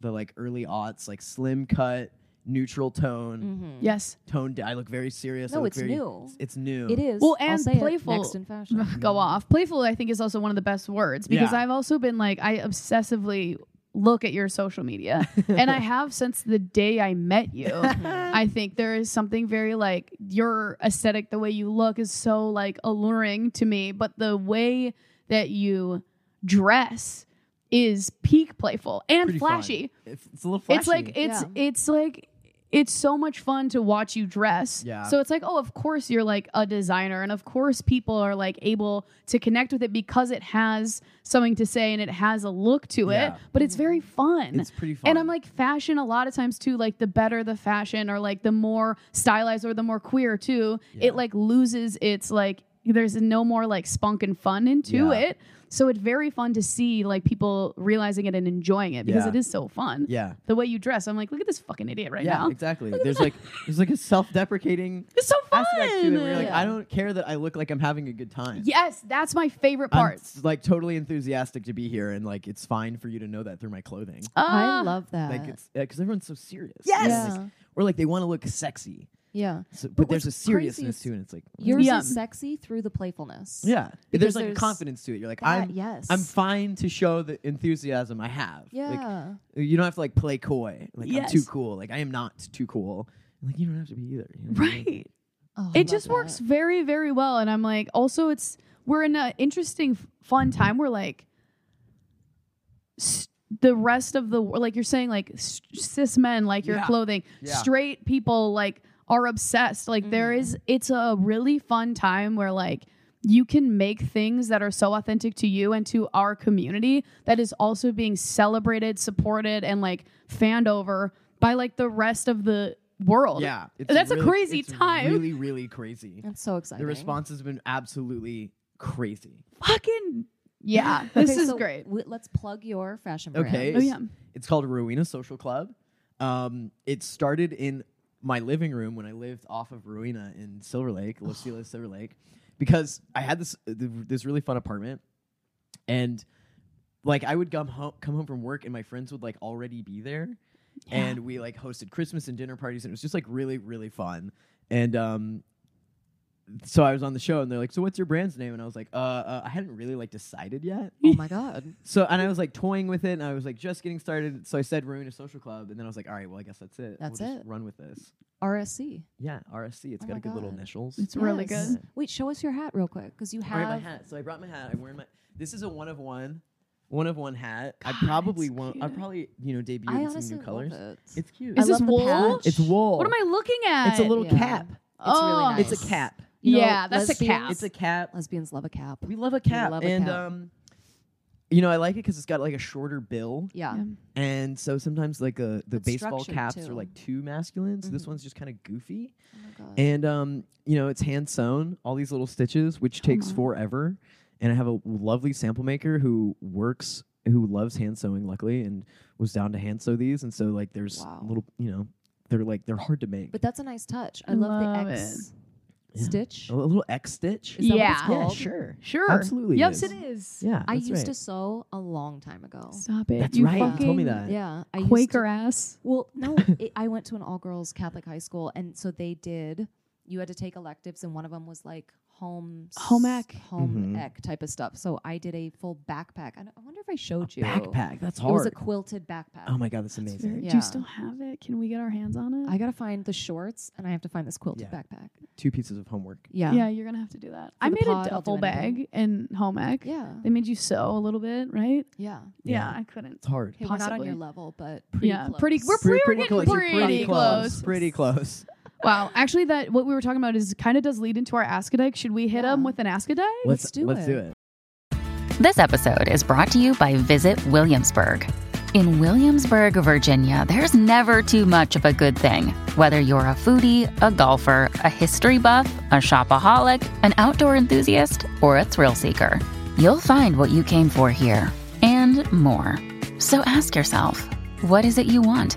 S4: the like early aughts like slim cut neutral tone
S3: Mm. yes.
S4: tone i look very serious I
S2: Mm-hmm. No,
S4: look
S2: it's
S4: very-
S2: new.
S4: it's, it's new
S2: It is.
S3: Well,
S2: I'll
S3: and
S2: say it,
S3: playful.
S2: next in fashion.
S3: go off. Playful, I think, is also one of the best words because
S4: Mm-hmm. Yeah.
S3: I've also been like, I obsessively look at your social media. and I have since the day I met you.
S4: Mm-hmm.
S3: I think there is something very like your aesthetic, the way you look is so like alluring to me, but the way that you dress is peak playful and
S4: Pretty fun.
S3: flashy.
S4: it's, it's a little flashy
S3: It's like it's
S2: Yeah.
S3: it's like it's so much fun to watch you dress.
S4: Yeah.
S3: So it's like, oh, of course you're like a designer, and of course people are like able to connect with it because it has something to say and it has a look to
S4: Yeah.
S3: it. But it's very fun.
S4: It's pretty fun.
S3: And I'm like, fashion a lot of times too. Like the better the fashion, or like the more stylized, or the more queer too, it like loses its like. There's no more like spunk and fun into
S4: Yeah.
S3: it. So it's very fun to see like people realizing it and enjoying it because
S4: Yeah.
S3: it is so fun
S4: yeah
S3: the way you dress. I'm like, look at this fucking idiot right
S4: yeah
S3: now.
S4: exactly there's like there's like a self-deprecating
S3: It's so fun.
S4: aspect to it where you're like
S2: Yeah.
S4: i don't care that i look like i'm having a good time
S3: Yes, that's my favorite
S4: I'm,
S3: part.
S4: s- like totally enthusiastic to be here and like it's fine for you to know that through my clothing
S2: I
S3: Ah,
S2: love that.
S4: like it's because everyone's so serious
S3: Yes!
S4: Yeah, like- or like they want to look sexy
S2: yeah.
S4: So, but,
S2: But
S4: there's a
S2: what's crazy
S4: seriousness
S2: is
S4: to it. And it's like mm,
S2: Yours
S3: Yeah.
S2: is sexy through the playfulness.
S4: yeah,
S2: because
S4: there's like a
S2: there's
S4: confidence to it. You're like
S2: that,
S4: I'm
S2: yes.
S4: I'm fine to show the enthusiasm I have.
S2: Yeah.
S4: like, you don't have to like play coy. Like
S3: Yes.
S4: I'm too cool. Like I am not too cool. Like you don't have to be either. you know?
S3: right.
S2: Oh, I
S3: It just
S2: love
S3: works
S2: that.
S3: very, very well. And I'm like, also, it's we're in an interesting, f- fun time. We're like, s- the rest of the wor- like you're saying like s- cis men like your
S4: Yeah.
S3: clothing
S4: Yeah.
S3: straight people like are obsessed like there
S2: Mm-hmm.
S3: is it's a really fun time where like you can make things that are so authentic to you and to our community that is also being celebrated supported and like fanned over by like the rest of the world
S4: Yeah, it's
S3: that's a
S4: really-
S3: crazy
S4: it's
S3: time
S4: Really, really crazy.
S2: That's so exciting.
S4: The response has been absolutely crazy.
S3: fucking yeah this
S2: Okay,
S3: is
S2: so
S3: great
S2: w- let's plug your fashion brand.
S4: Okay.
S3: Oh, yeah.
S4: It's called Rowena Social Club. Um, it started in my living room when I lived off of Rowena in Silver Lake, Los Feliz, Silver Lake, because I had this uh, th- this really fun apartment, and like I would come home come home from work and my friends would like already be there, and we like hosted Christmas and dinner parties and it was just like really really fun, and um, so I was on the show and they're like, so what's your brand's name? And I was like, uh, uh I hadn't really like decided yet.
S2: Oh my god.
S4: So and I was like toying with it, and I was like just getting started. So I said Ruin a Social Club, and then I was like, all right, well I guess that's it.
S2: That's
S4: we'll just
S2: it.
S4: run with this.
S2: RSC.
S4: Yeah, RSC. It's
S2: Oh
S4: got
S2: my
S4: a good little
S2: God.
S4: initials.
S3: it's really
S2: Yes.
S3: good
S2: Wait, show us your hat real quick because you
S4: All right, my
S2: have.
S4: hat. So I brought my hat. I'm wearing my. This is a one of one, one of one hat. I probably
S3: it's
S4: won't. I
S3: cute.
S4: probably you know debut
S2: I
S4: in some
S2: honestly
S4: new colors.
S2: love it.
S4: It's cute.
S2: I
S3: Is this
S2: love the
S3: wool?
S2: patch.
S4: it's wool.
S3: what am i looking at
S4: It's a little
S2: Yeah.
S4: cap.
S2: It's really
S3: Oh.
S2: nice.
S4: It's a cap.
S2: You know,
S3: Yeah, that's a
S2: lesbians-
S3: cap.
S4: It's a cap.
S2: Lesbians love a cap.
S4: We love a cap,
S2: love a
S4: and
S2: cap.
S4: um, you know I like it because it's got like a shorter bill.
S2: Yeah.
S3: Yeah.
S4: And so sometimes like uh, the
S2: It's
S4: baseball
S2: structured,
S4: caps
S2: too.
S4: are like too masculine. So this
S2: Mhm.
S4: one's just kind of goofy.
S2: Oh my god.
S4: And um, you know, it's hand sewn, all these little stitches, which takes
S3: on.
S4: forever. And I have a lovely sample maker who works who loves hand sewing, luckily, and was down to hand sew these. And so like there's
S2: Wow.
S4: little you know, they're like they're hard to make.
S2: but that's a nice touch. I
S3: I
S2: love,
S3: love
S2: the X
S4: Yeah.
S2: stitch.
S4: a little X stitch.
S2: Is that what it's
S3: Yeah.
S2: called?
S4: Yeah, sure.
S3: Sure.
S4: Absolutely it
S3: Yes,
S4: is.
S3: it is.
S4: Yeah.
S2: I
S4: that's
S2: used
S4: right.
S2: to sew a long time ago.
S3: Stop it.
S4: That's
S3: you
S4: right, you told
S3: fucking
S4: me that.
S2: Yeah, I used to-
S3: Quaker ass.
S2: Well, no, it, I went to an all girls Catholic high school, and so they did. You had to take electives, and one of them was like home s-
S3: Home ec.
S2: home
S4: Mhm.
S2: ec type of stuff. So I did a full backpack. I, don't- I wonder if I showed you
S4: backpack. That's
S2: It was
S4: hard.
S2: a quilted backpack.
S3: Um,
S4: oh my god, that's amazing.
S2: very-
S3: Do
S2: Yeah.
S3: you still have it? Can we get our hands on it?
S2: I gotta find the shorts, and I have to find this quilted
S4: Yeah.
S2: backpack.
S4: Two pieces of homework.
S2: Yeah,
S3: yeah, you're gonna have to do that. I
S2: the
S3: made
S2: pod,
S3: a
S2: I'll do
S3: duffel bag
S2: anything.
S3: in home ec.
S2: yeah,
S3: They made you sew a little bit, right?
S2: yeah.
S4: Yeah.
S3: I couldn't.
S4: It's hard.
S2: Hey, we're not on
S3: Possibly.
S2: your level, but pretty
S3: yeah,
S2: close.
S3: pretty. We're pretty, we're getting
S4: You're
S3: pretty, close.
S4: Pretty close.
S3: Wow, actually, that what we were talking about is kind of does lead into our ask a dyke. Should we hit
S2: Yeah.
S3: them with an ask a dyke?
S2: Let's do it.
S4: Let's do it.
S5: This episode is brought to you by Visit Williamsburg. In Williamsburg, Virginia, there's never too much of a good thing. Whether you're a foodie, a golfer, a history buff, a shopaholic, an outdoor enthusiast, or a thrill seeker, you'll find what you came for here and more. So ask yourself, what is it you want?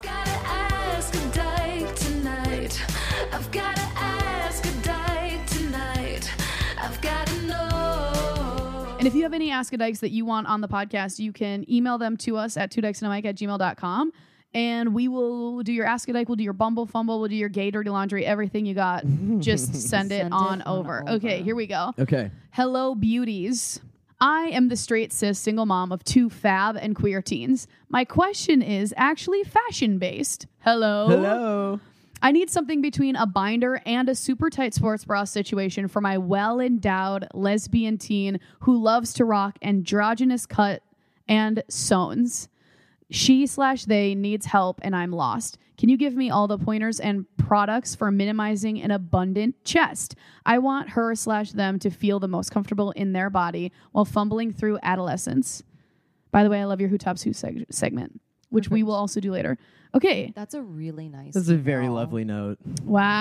S1: Gotta ask a dyke tonight. I've gotta ask a dyke tonight. I've gotta know.
S3: And if you have any Ask a Dykes that you want on the podcast, you can email them to us at two dykes and a mic at gmail.com. And we will do your Ask a Dyke, we'll do your Bumble Fumble, we'll do your Gay Dirty Laundry, everything you got. Just send it
S2: Send
S3: on
S2: it on
S3: over.
S2: over.
S3: Okay, here we go.
S4: Okay.
S3: Hello, beauties. I am the straight cis single mom of two fab and queer teens. My question is actually fashion based. Hello.
S4: Hello.
S3: I need something between a binder and a super tight sports bra situation for my well endowed lesbian teen who loves to rock androgynous cut and sews. She slash they needs help and I'm lost. Can you give me all the pointers and products for minimizing an abundant chest? I want her slash them to feel the most comfortable in their body while fumbling through adolescence. By the way, I love your Who Tops Who seg- segment, which we will also do later. Okay.
S2: That's a really nice.
S4: This is a very
S2: email.
S4: lovely note.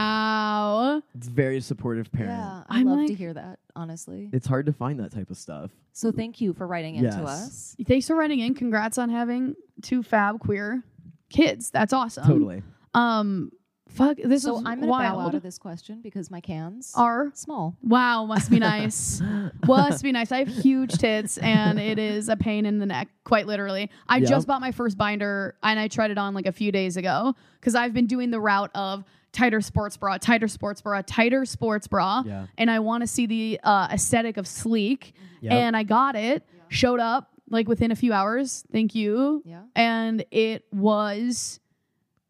S3: Wow.
S4: It's very supportive parent.
S2: Yeah, I
S3: I'm
S2: love to
S3: like-
S2: hear that. Honestly,
S4: It's hard to find that type of stuff.
S2: so thank you for writing it to
S4: Yes.
S2: us.
S3: Thanks for writing in. Um, Congrats on having two fab queer kids. That's awesome.
S4: Totally.
S3: Um, Fuck, this
S2: so
S3: is
S2: I'm going to bow out
S3: wild.
S2: of this question because my cans
S3: Are
S2: small.
S3: wow, must be nice. must be nice. I have huge tits, and it is a pain in the neck, quite literally. I
S4: Yeah.
S3: just bought my first binder, and I tried it on like a few days ago because I've been doing the route of tighter sports bra, tighter sports bra, tighter sports bra,
S4: Yeah.
S3: and I want to see the uh, aesthetic of sleek.
S4: Yep.
S3: And I got it. Showed up like within a few hours. Thank you.
S2: Yeah.
S3: And it was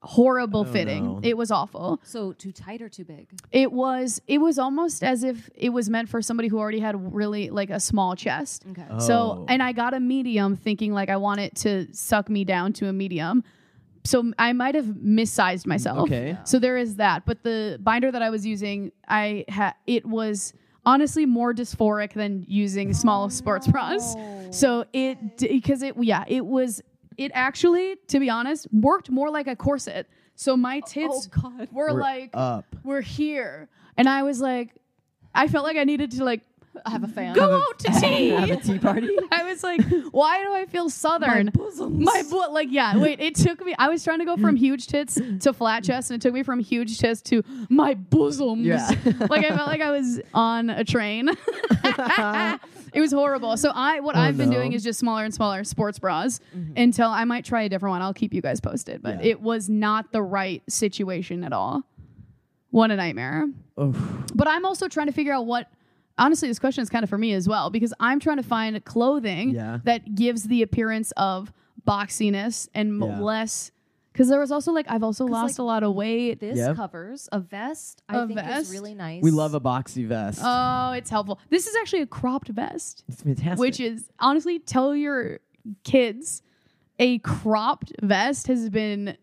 S3: horrible fitting.
S4: Oh, no.
S3: It was awful.
S2: So too tight or too big?
S3: It was it was almost as if it was meant for somebody who already had really like a small chest.
S2: Okay.
S4: Oh.
S3: So and I got a medium thinking like I want it to suck me down to a medium. So I might have missized myself.
S4: Okay. Yeah.
S3: So there is that. But the binder that I was using, I had it was honestly more dysphoric than using small sports bras. So it because it yeah, it was it actually to be honest worked more like a corset. So my tits
S2: God.
S3: were
S4: We're
S3: like
S4: up.
S3: we're here. And I was like, I felt like I needed to like
S2: I have a fan.
S3: go out to
S4: Have
S3: tea.
S4: a tea party.
S3: I was like, why do I feel southern? My butt, like, yeah, wait, it took me. I was trying to go from huge tits to flat chest, and it took me from huge chest to my bosoms.
S4: Yeah.
S3: like, I felt like I was on a train. it was horrible. So, I, what
S4: Oh,
S3: I've been
S4: no. Mm-hmm.
S3: doing is just smaller and smaller sports bras until I might try a different one. I'll keep you guys posted, but
S4: Yeah.
S3: it was not the right situation at all. What a nightmare.
S4: oh,
S3: But I'm also trying to figure out what. Honestly, this question is kind of for me as well because I'm trying to find clothing
S4: Yeah.
S3: that gives the appearance of boxiness and m
S4: Yeah.
S3: less. Because there was also like I've also lost
S2: like,
S3: a lot of weight.
S2: This
S4: Yep.
S2: covers a vest. I
S3: A
S2: think
S3: vest?
S2: is really nice.
S4: we love a boxy vest.
S3: Oh, it's helpful. This is actually a cropped vest,
S4: it's fantastic.
S3: which is honestly tell your kids a cropped vest has been.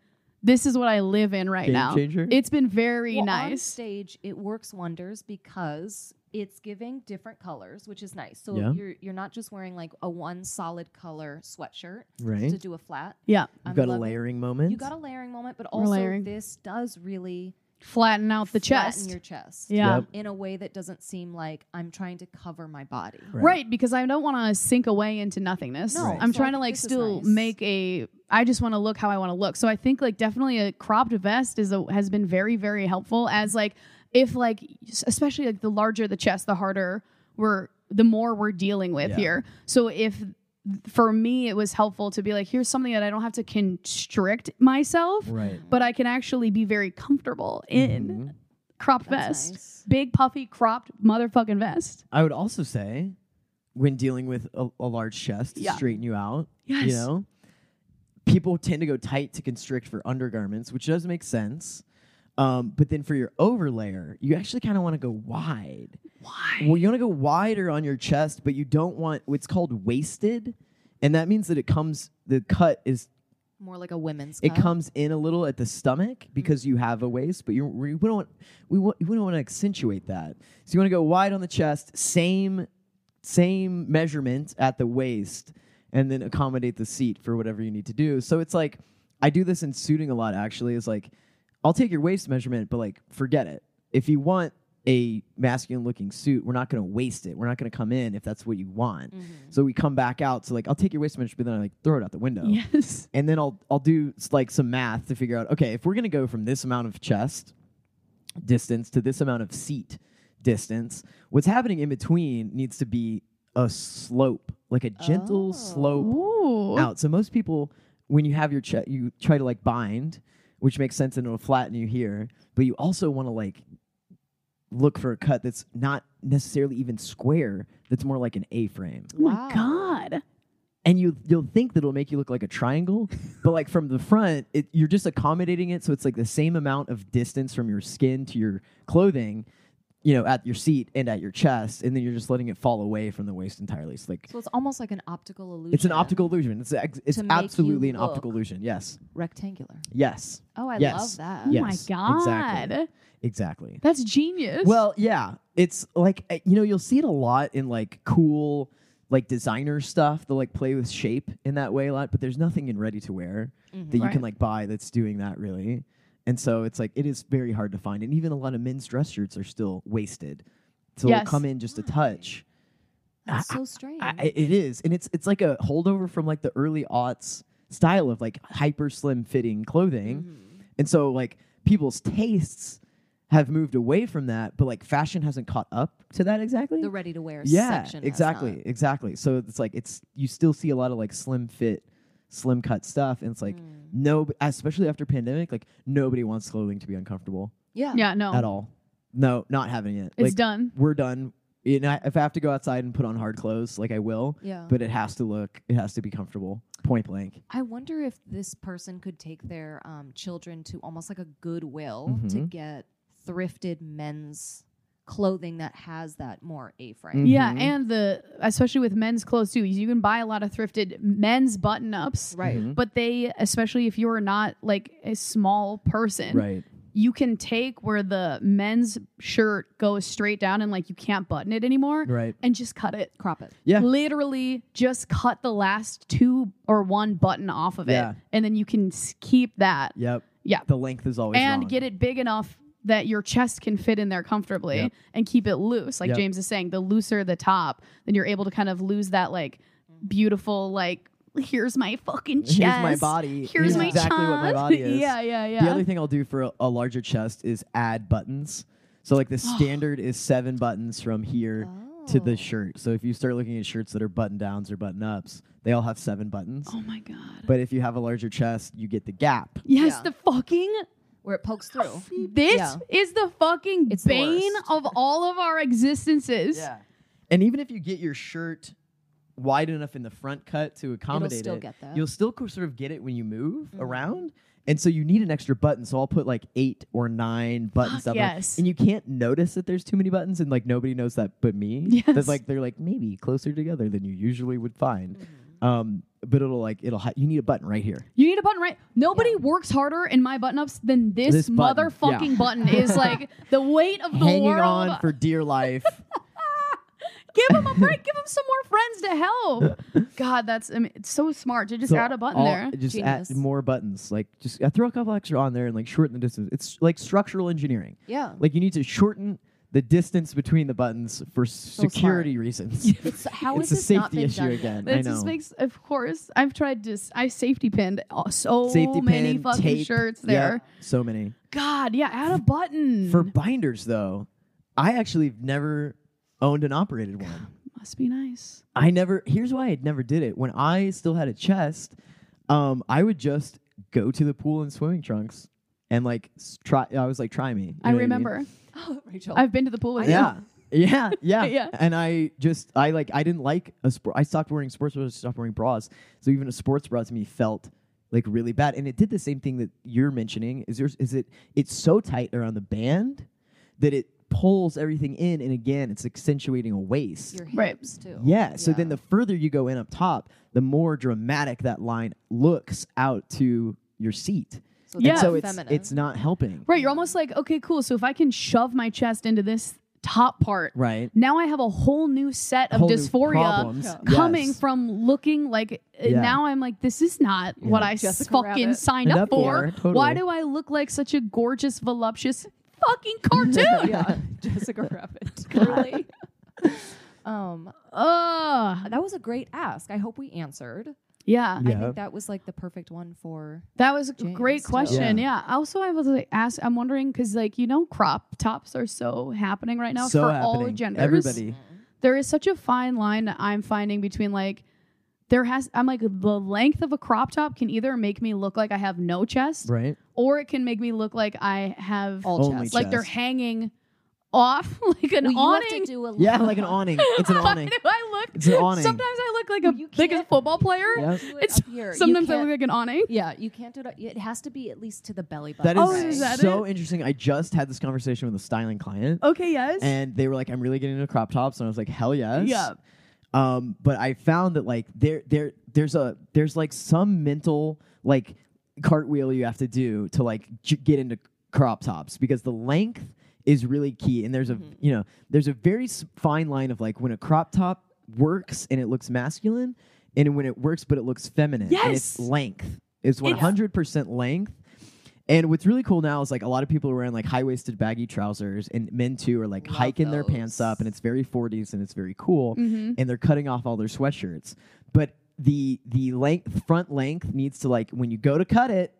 S3: This is what I live in right
S4: Game
S3: now.
S4: changer?
S3: It's been very
S2: Well, On
S3: nice.
S2: stage, it works wonders because it's giving different colors, which is nice. So
S4: Yeah.
S2: you're you're not just wearing like a one solid color sweatshirt
S4: Right.
S2: to do a flat.
S3: Yeah,
S4: We've
S2: I'm
S4: got a
S2: loving-
S4: layering moment.
S2: You got a layering moment, but also
S3: layering.
S2: this does really
S3: flatten out the
S2: flatten
S3: chest.
S2: your chest.
S3: yeah.
S4: Yep.
S2: In a way that doesn't seem like I'm trying to cover my body.
S4: Right.
S3: Right. because I don't want to sink away into nothingness.
S2: No,
S3: I'm
S2: so I
S3: trying to
S2: think
S3: like
S2: this is
S3: still
S2: nice.
S3: make a. I just want to look how I want to look. So I think like definitely a cropped vest is a, has been very very helpful as like if like especially like the larger the chest, the harder we're the more we're dealing with
S4: Yeah.
S3: here. So if for me it was helpful to be like here's something that I don't have to constrict myself,
S4: Right.
S3: but I can actually be very comfortable in
S4: Mhm.
S3: cropped
S2: That's
S3: vest,
S2: nice.
S3: big puffy cropped motherfucking vest.
S4: I would also say, when dealing with a, a large chest to
S3: Yeah.
S4: straighten you out,
S3: Yes.
S4: you know, people tend to go tight to constrict for undergarments, which does make sense. Um, but then for your overlayer, you actually kind of want to go wide.
S3: Why?
S4: Well, you want to go wider on your chest, but you don't want what's called wasted, and that means that it comes the cut is
S2: More like a women's
S4: it
S2: cup.
S4: comes in a little at the stomach because you have a waist, but you we don't want we want we don't want to accentuate that. So you want to go wide on the chest, same same measurement at the waist, and then accommodate the seat for whatever you need to do. So it's like I do this in suiting a lot. Actually, is like I'll take your waist measurement, but like forget it. If you want a masculine looking suit, we're not going to waste it. We're not going to come in if that's what you want. So we come back out. So like I'll take your waist measurement, but then I like throw it out the window
S3: Yes.
S4: and then I'll I'll do s- like some math to figure out okay if we're gonna go from this amount of chest distance to this amount of seat distance, what's happening in between needs to be a slope, like a gentle
S2: Oh.
S4: slope
S3: Ooh.
S4: out. So most people, when you have your chest, you try to like bind, which makes sense, and it'll flatten you here. But you also want to like look for a cut that's not necessarily even square, that's more like an A-frame
S3: Oh my god.
S4: and you you'll think that it'll make you look like a triangle, but like from the front, it, you're just accommodating it, so it's like the same amount of distance from your skin to your clothing, you know, at your seat and at your chest, and then you're just letting it fall away from the waist entirely. It's like
S2: So it's almost like an optical illusion.
S4: it's an optical illusion. It's ex- it's
S2: To make
S4: absolutely
S2: you
S4: an optical
S2: look.
S4: illusion. Yes,
S2: rectangular.
S4: yes,
S2: Oh, I
S4: Yes.
S2: love that.
S3: Oh
S4: Yeah.
S3: my
S4: Yes,
S3: god.
S4: exactly. exactly.
S3: That's genius.
S4: Well, yeah, it's like uh, you know you'll see it a lot in like cool like designer stuff. They'll like play with shape in that way a lot, but there's nothing in ready to wear that you
S3: Mm-hmm. Right.
S4: can like buy that's doing that really. And so it's like it is very hard to find, and even a lot of men's dress shirts are still wasted, so
S3: Yes.
S4: they'll come in just a touch.
S2: That's so strange.
S4: I, I- it is, and it's it's like a holdover from like the
S2: Mm-hmm.
S4: early aughts style of like hyper slim fitting clothing, and so like people's tastes have moved away from that, but like fashion hasn't caught up to that exactly.
S2: the ready to wear
S4: yeah,
S2: section. has
S4: exactly,
S2: not.
S4: exactly. So it's like it's you still see a lot of like slim fit, slim cut stuff, and it's like
S2: Mm.
S4: no, especially after pandemic, like nobody wants clothing to be uncomfortable
S2: Yeah.
S3: Yeah, no.
S4: at all. No, not having it.
S3: It's
S4: like,
S3: done.
S4: We're done. You know, if I have to go outside and put on hard clothes, like I will.
S2: Yeah.
S4: But it has to look. It has to be comfortable. Point blank.
S2: I wonder if this person could take their um, children to almost like a Goodwill to
S4: Mhm.
S2: get thrifted men's clothing that has that more A frame.
S3: Yeah,
S4: Mhm.
S3: and the especially with men's clothes too, you can buy a lot of thrifted men's button ups.
S2: Right.
S4: Mhm.
S3: But they, especially if you're not like a small person,
S4: Right.
S3: you can take where the men's shirt goes straight down and like you can't button it anymore
S4: Right.
S3: and just cut it.
S2: Crop it.
S4: Yeah.
S3: Literally just cut the last two or one button off of
S4: Yeah.
S3: it. And then you can s- keep that
S4: Yep.
S3: Yeah.
S4: The length is always
S3: and
S4: wrong.
S3: get it big enough that your chest can fit in there comfortably
S4: Yep.
S3: and keep it loose. Like
S4: Yep.
S3: James is saying, the looser the top, then you're able to kind of lose that like beautiful, like, here's my fucking chest.
S4: Here's my body.
S3: Here's
S4: Here's
S3: my
S4: exactly what my
S3: chest.
S4: body is.
S3: yeah, yeah, yeah.
S4: The other thing I'll do for a, a larger chest is add buttons. So like the standard is seven buttons from here to
S3: Oh.
S4: the shirt. So if you start looking at shirts that are button downs or button ups, they all have seven buttons.
S3: oh my God.
S4: But if you have a larger chest, you get the gap.
S3: Yes,
S2: Yeah.
S3: the fucking
S2: Oh. Where it pokes through.
S3: this
S2: Yeah.
S3: is the fucking
S2: It's the
S3: bane
S2: worst.
S3: of all of our existences.
S4: And even if you get your shirt wide enough in the front cut to accommodate
S2: still
S4: it,
S2: get that.
S4: you'll still co- sort of get it when you move
S3: Mm-hmm.
S4: around. And so you need an extra button. So I'll put like eight or nine buttons.
S3: Fuck
S4: up there.
S3: yes.
S4: And you can't notice that there's too many buttons, and like nobody knows that but me.
S3: Yes.
S4: That's like they're like maybe closer together than you usually would find.
S3: Mm-hmm.
S4: Um, but it'll like it'll hi- you need a button right here.
S3: You need a button, right? Nobody works harder in my button ups than this,
S4: This button,
S3: motherfucking
S4: yeah.
S3: button is like the weight of the
S4: Hanging
S3: world.
S4: on for dear life.
S3: give him a break. give him some more friends to help. God, that's I mean, it's so smart to just
S4: So
S3: add a button
S4: all-
S3: there.
S4: Just
S2: Genius.
S4: add more buttons. Like just uh, throw a couple extra on there and like shorten the distance. It's like structural engineering.
S2: Yeah.
S4: Like you need to shorten the distance between the buttons for security reasons.
S2: It's, how
S4: it's
S2: has
S4: a
S2: this not
S4: safety
S2: been
S4: issue
S2: done yet?
S4: again. I
S3: That
S4: know.
S3: just makes, of course, I've tried to. s- I safety pinned all- so
S4: Safety
S3: many
S4: pin,
S3: fucking
S4: tape,
S3: shirts
S4: yeah,
S3: there. Mm.
S4: so many.
S3: God, yeah, add a button.
S4: For binders though, I actually have never owned and operated one.
S3: Must be nice.
S4: I never. Here's why I never did it. When I still had a chest, um, I would just go to the pool in swimming trunks and like s- try. I was like, try me. You know what
S3: I
S4: mean?
S3: remember.
S2: Rachel.
S3: I've been to the pool with
S4: Yeah. Yeah, yeah,
S3: Yeah.
S4: And I just, I like, I didn't like a sport. I stopped wearing sports bras, I stopped wearing bras. So even a sports bra to me felt like really bad. And it did the same thing that you're mentioning. Is yours? Is it? It's so tight around the band that it pulls everything in, and again, it's accentuating a waist.
S2: Your
S3: Right.
S2: hips too.
S4: yeah. So then the further you go in up top, the more dramatic that line looks out to your seat.
S2: So
S3: Yeah.
S4: And
S2: that's
S4: so it's
S2: feminine.
S4: it's not helping.
S3: Right, you're almost like, okay, cool. So if I can shove my chest into this top part,
S4: Right.
S3: now I have a whole new set of
S4: Whole new
S3: dysphoria
S4: problems.
S3: coming
S4: Yes.
S3: from looking like uh,
S4: Yeah.
S3: now I'm like, this is not what I
S2: Jessica
S3: fucking
S2: Rabbit.
S3: signed
S4: And
S3: up,
S4: up
S3: for.
S4: there, totally.
S3: Why do I look like such a gorgeous, voluptuous fucking cartoon?
S2: yeah. Jessica Rabbit. Really? um,
S3: Ugh.
S2: that was a great ask. I hope we answered.
S3: Yeah.
S2: I
S4: Yeah.
S2: think that was like the perfect one for
S3: That was a
S2: James,
S3: great
S2: too.
S3: question. Yeah. Also, I was like, ask. I'm wondering because, like, you know, crop tops are so happening right now
S4: so
S3: for all
S4: happening.
S3: genders. Mm.
S4: Everybody.
S3: there is such a fine line that I'm finding between like there has I'm like the length of a crop top can either make me look like I have no chest
S4: Right.
S3: or it can make me look like I have
S2: all
S4: Only
S2: chest.
S3: like they're
S4: chest.
S3: hanging off like an
S2: Well, you
S3: awning.
S2: have to do a
S4: Yeah,
S2: lot.
S4: like an awning. It's an
S3: Why
S4: awning.
S3: do I look?
S4: It's an awning.
S3: Sometimes I look like a
S2: You
S3: like a
S2: can't-
S3: football player.
S4: Yep.
S2: Do it
S3: It's
S2: up here. You
S3: sometimes I
S2: can't-
S3: look like an awning.
S2: Yeah, you can't do it. It has to be at least to the belly button.
S4: That is
S3: Oh, is that
S4: so interesting. I just had this conversation with a styling client,
S3: Okay, yes.
S4: and they were like, "I'm really getting into crop tops," and I was like, "Hell yes."
S3: Yeah.
S4: Um, but I found that like there there there's a there's like some mental like cartwheel you have to do to like j- get into crop tops because the length is really key, and there's
S3: Mm-hmm.
S4: a you know there's a very s- fine line of like when a crop top works and it looks masculine, and when it works but it looks feminine. and
S3: Yes!
S4: it's length is 100 percent length. And what's really cool now is like a lot of people are wearing like high waisted baggy trousers, and men too are like hiking their pants up, and it's very 40s and it's very cool,
S3: Mm-hmm.
S4: and they're cutting off all their sweatshirts. But the the length front length needs to like when you go to cut it,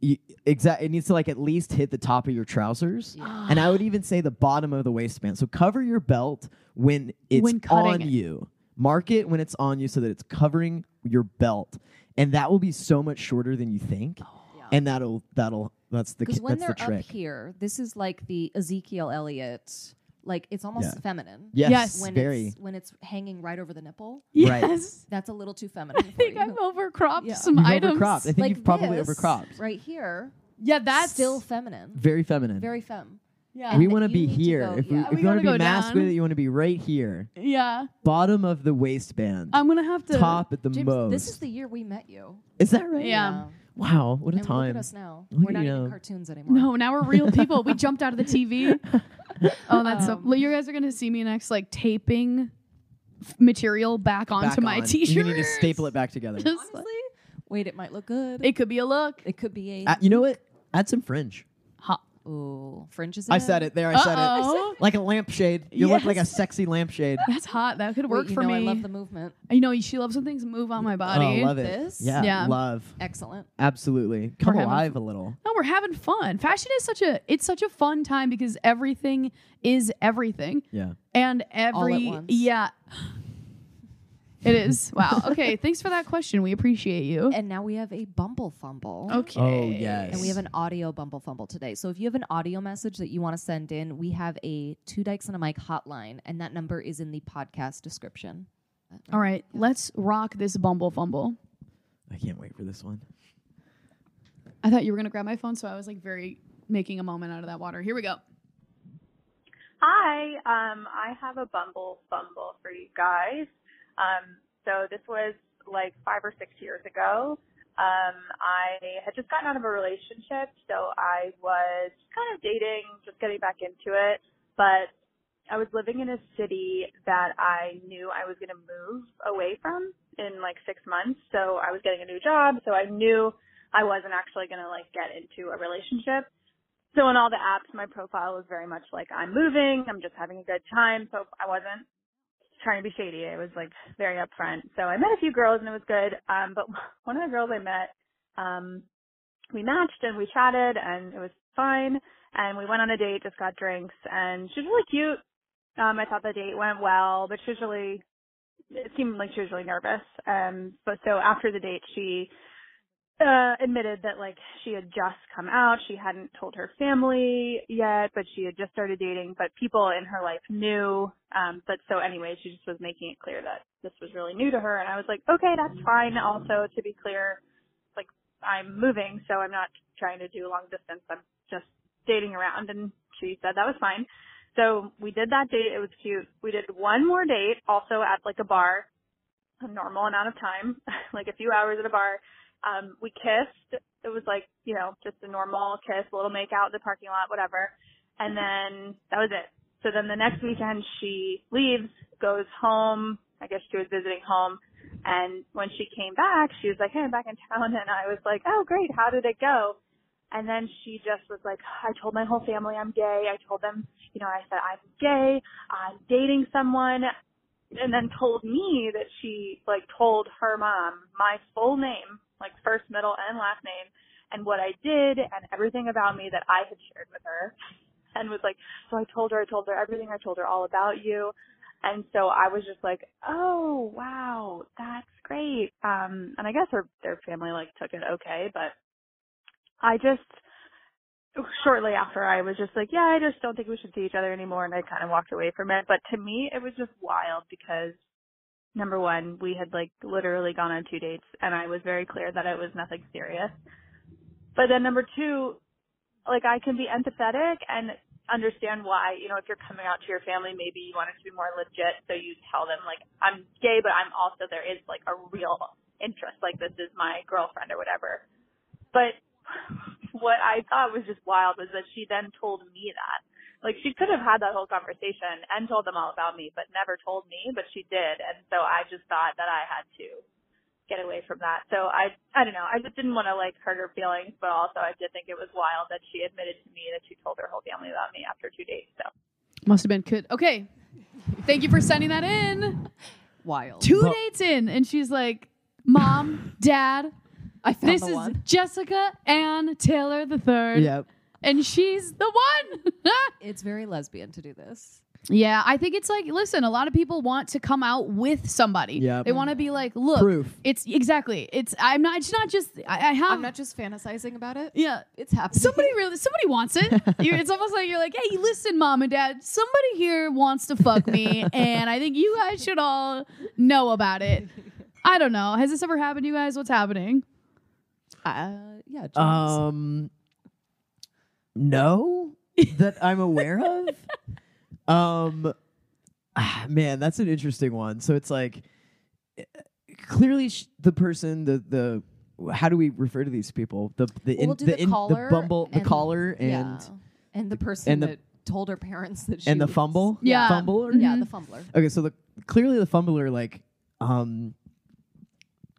S4: you, exact it needs to like at least hit the top of your trousers and i would even say the bottom of the waistband so cover your belt when it's
S3: When cutting
S4: on
S3: it.
S4: you mark it when it's on you so that it's covering your belt and that will be so much shorter than you think
S3: Oh.
S4: and that'll that'll that's the
S2: Because
S4: ki-
S2: when
S4: that's
S2: they're
S4: the trick
S2: up here, this is like the Ezekiel Elliott. Like it's almost
S4: Yeah.
S2: feminine.
S4: yes,
S3: Yes.
S2: When
S4: very
S2: it's when it's hanging right over the nipple,
S4: Right.
S3: Yes.
S2: that's a little too feminine.
S3: I
S2: for
S3: think
S2: you.
S3: I've overcropped
S2: Yeah.
S3: some
S4: You've
S3: items.
S4: overcropped. I think
S2: like
S4: you've probably
S2: this
S4: overcropped.
S2: right here.
S3: Yeah, that's
S2: still feminine,
S4: Very feminine.
S2: very femme.
S3: Yeah.
S4: we
S2: and
S4: want to
S2: you
S4: be
S2: need to
S4: here.
S2: go-
S4: if
S2: yeah.
S4: we,
S3: We
S4: if you want to
S3: gotta
S4: be
S3: go
S4: masked with
S3: down.
S4: it, you want to be right here,
S3: yeah.
S4: bottom of the waistband,
S3: I'm gonna have to
S4: top at the
S2: James,
S4: most.
S2: this is the year we met you. Um,
S4: Is that right?
S3: Yeah.
S4: Wow, what a
S2: and
S4: time.
S2: look at us now.
S4: Look
S2: We're
S4: at
S2: not
S4: you
S2: even
S4: now.
S2: cartoons anymore.
S3: No, now we're real people. we jumped out of the TV. Oh, that's so.
S2: Um,
S3: Well, you guys are gonna see me next, like taping f- material back onto
S4: Back
S3: my
S4: on.
S3: t-shirt.
S4: You need to staple it back together.
S3: Just like-
S2: Honestly, wait, it might look good. It,
S3: it could be a look.
S2: could be a
S4: Uh, you know what? Add some fringe.
S3: Ha.
S2: ooh fringes.
S4: I said it. There, I said it.
S3: Uh-oh.
S4: Like a lampshade. You look like a sexy lampshade.
S3: That's hot. That could
S2: Wait,
S3: work
S2: you
S3: for
S2: know
S3: me.
S2: I love the movement.
S3: You know, she loves when things move on my body.
S4: Oh, love it.
S2: This?
S4: Yeah,
S3: Yeah.
S4: love.
S2: Excellent.
S4: Absolutely. Come
S3: having
S4: alive a little.
S3: No, we're having fun. Fashion is such a it's such a fun time because everything is everything.
S4: Yeah.
S3: And every
S2: once.
S3: yeah. It is. Wow. Okay, thanks for that question. We appreciate you.
S2: And now we have a bumble fumble.
S3: Okay.
S4: Oh, yes.
S2: And we have an audio bumble fumble today. So if you have an audio message that you want to send in, we have a two dykes and a mic hotline, and that number is in the podcast description.
S3: All right, let's rock this bumble fumble.
S4: I can't wait for this one.
S3: I thought you were gonna grab my phone, so I was like very making a moment out of that water. Here we go.
S6: Hi, um, I have a Bumble Bumble for you guys. Um, so this was like five or six years ago. Um, I had just gotten out of a relationship, so I was kind of dating, just getting back into it, but I was living in a city that I knew I was going to move away from in like six months. So I was getting a new job, so I knew I wasn't actually going to like get into a relationship. So in all the apps, my profile was very much like I'm moving, I'm just having a good time. So I wasn't trying to be shady. It was like very upfront. So I met a few girls and it was good. Um, but one of the girls I met, um, we matched and we chatted and it was fine. And we went on a date, just got drinks, and she was really cute. Um, I thought the date went well, but she was really, it seemed like she was really nervous. Um, but so after the date, she uh admitted that like she had just come out she hadn't told her family yet but she had just started dating but people in her life knew um but so anyway she just was making it clear that this was really new to her and i was like okay that's fine also to be clear like i'm moving so i'm not trying to do long distance i'm just dating around and she said that was fine so we did that date it was cute we did one more date also at like a bar a normal amount of time like a few hours at a bar um, we kissed. It was like, you know, just a normal kiss, a little make out in the parking lot, whatever. And then that was it. So then the next weekend she leaves, goes home. I guess she was visiting home. And when she came back, she was like, Hey, I'm back in town. And I was like, Oh, great. How did it go? And then she just was like, I told my whole family I'm gay. I told them, you know, I said, I'm gay. I'm dating someone and then told me that she like told her mom my full name, like first, middle, and last name, and what I did and everything about me that I had shared with her, and was like, so I told her, I told her everything, I told her all about you, and so I was just like, oh wow, that's great. Um, and I guess her their family like took it okay, but I just shortly after I was just like, yeah, I just don't think we should see each other anymore, and I kind of walked away from it. But to me, it was just wild because number one, we had like literally gone on two dates, and I was very clear that it was nothing serious. But then number two, like I can be empathetic and understand why, you know, if you're coming out to your family, maybe you want it to be more legit, so you tell them like I'm gay, but I'm also there is like a real interest, like this is my girlfriend or whatever. But what I thought was just wild was that she then told me that. Like she could have had that whole conversation and told them all about me, but never told me, but she did. And so I just thought that I had to get away from that. So I I don't know. I just didn't want to like hurt her feelings, but also I did think it was wild that she admitted to me that she told her whole family about me after two dates. So
S3: Must have been good. Okay. Thank you for sending that in.
S2: Wild.
S3: Two
S4: Bu-
S3: dates in, and she's like, Mom, Dad,
S2: I found
S3: this
S2: the
S3: is
S2: one.
S3: Jessica Ann Taylor the third.
S4: Yep.
S3: And she's the one.
S2: It's very lesbian to do this.
S3: yeah, I think it's like, listen, a lot of people want to come out with somebody.
S4: Yep.
S3: They want to be like, look,
S4: Proof.
S3: it's exactly. It's I'm not it's not just I, I have
S2: I'm not just fantasizing about it.
S3: yeah.
S2: It's happening.
S3: Somebody really somebody wants it. You're, it's almost like you're like, hey, listen, mom and dad, somebody here wants to fuck me, and I think you guys should all know about it. I don't know. Has this ever happened to you guys? What's happening?
S2: uh, yeah.
S4: oh,
S2: James.
S4: Um, no, that I'm aware of. Um, ah, man, that's an interesting one. So it's like eh, clearly sh- the person, the the how do we refer to these people? The the
S2: Well, we'll do the caller
S4: bumble, the
S2: and-
S4: caller, and
S2: yeah. and the person
S4: and the-
S2: that told her parents that she
S4: and the
S2: was-
S4: fumble, Mm-hmm.
S3: Yeah.
S4: fumbler.
S2: Yeah, the fumbler.
S4: Okay, so the clearly the fumbler like um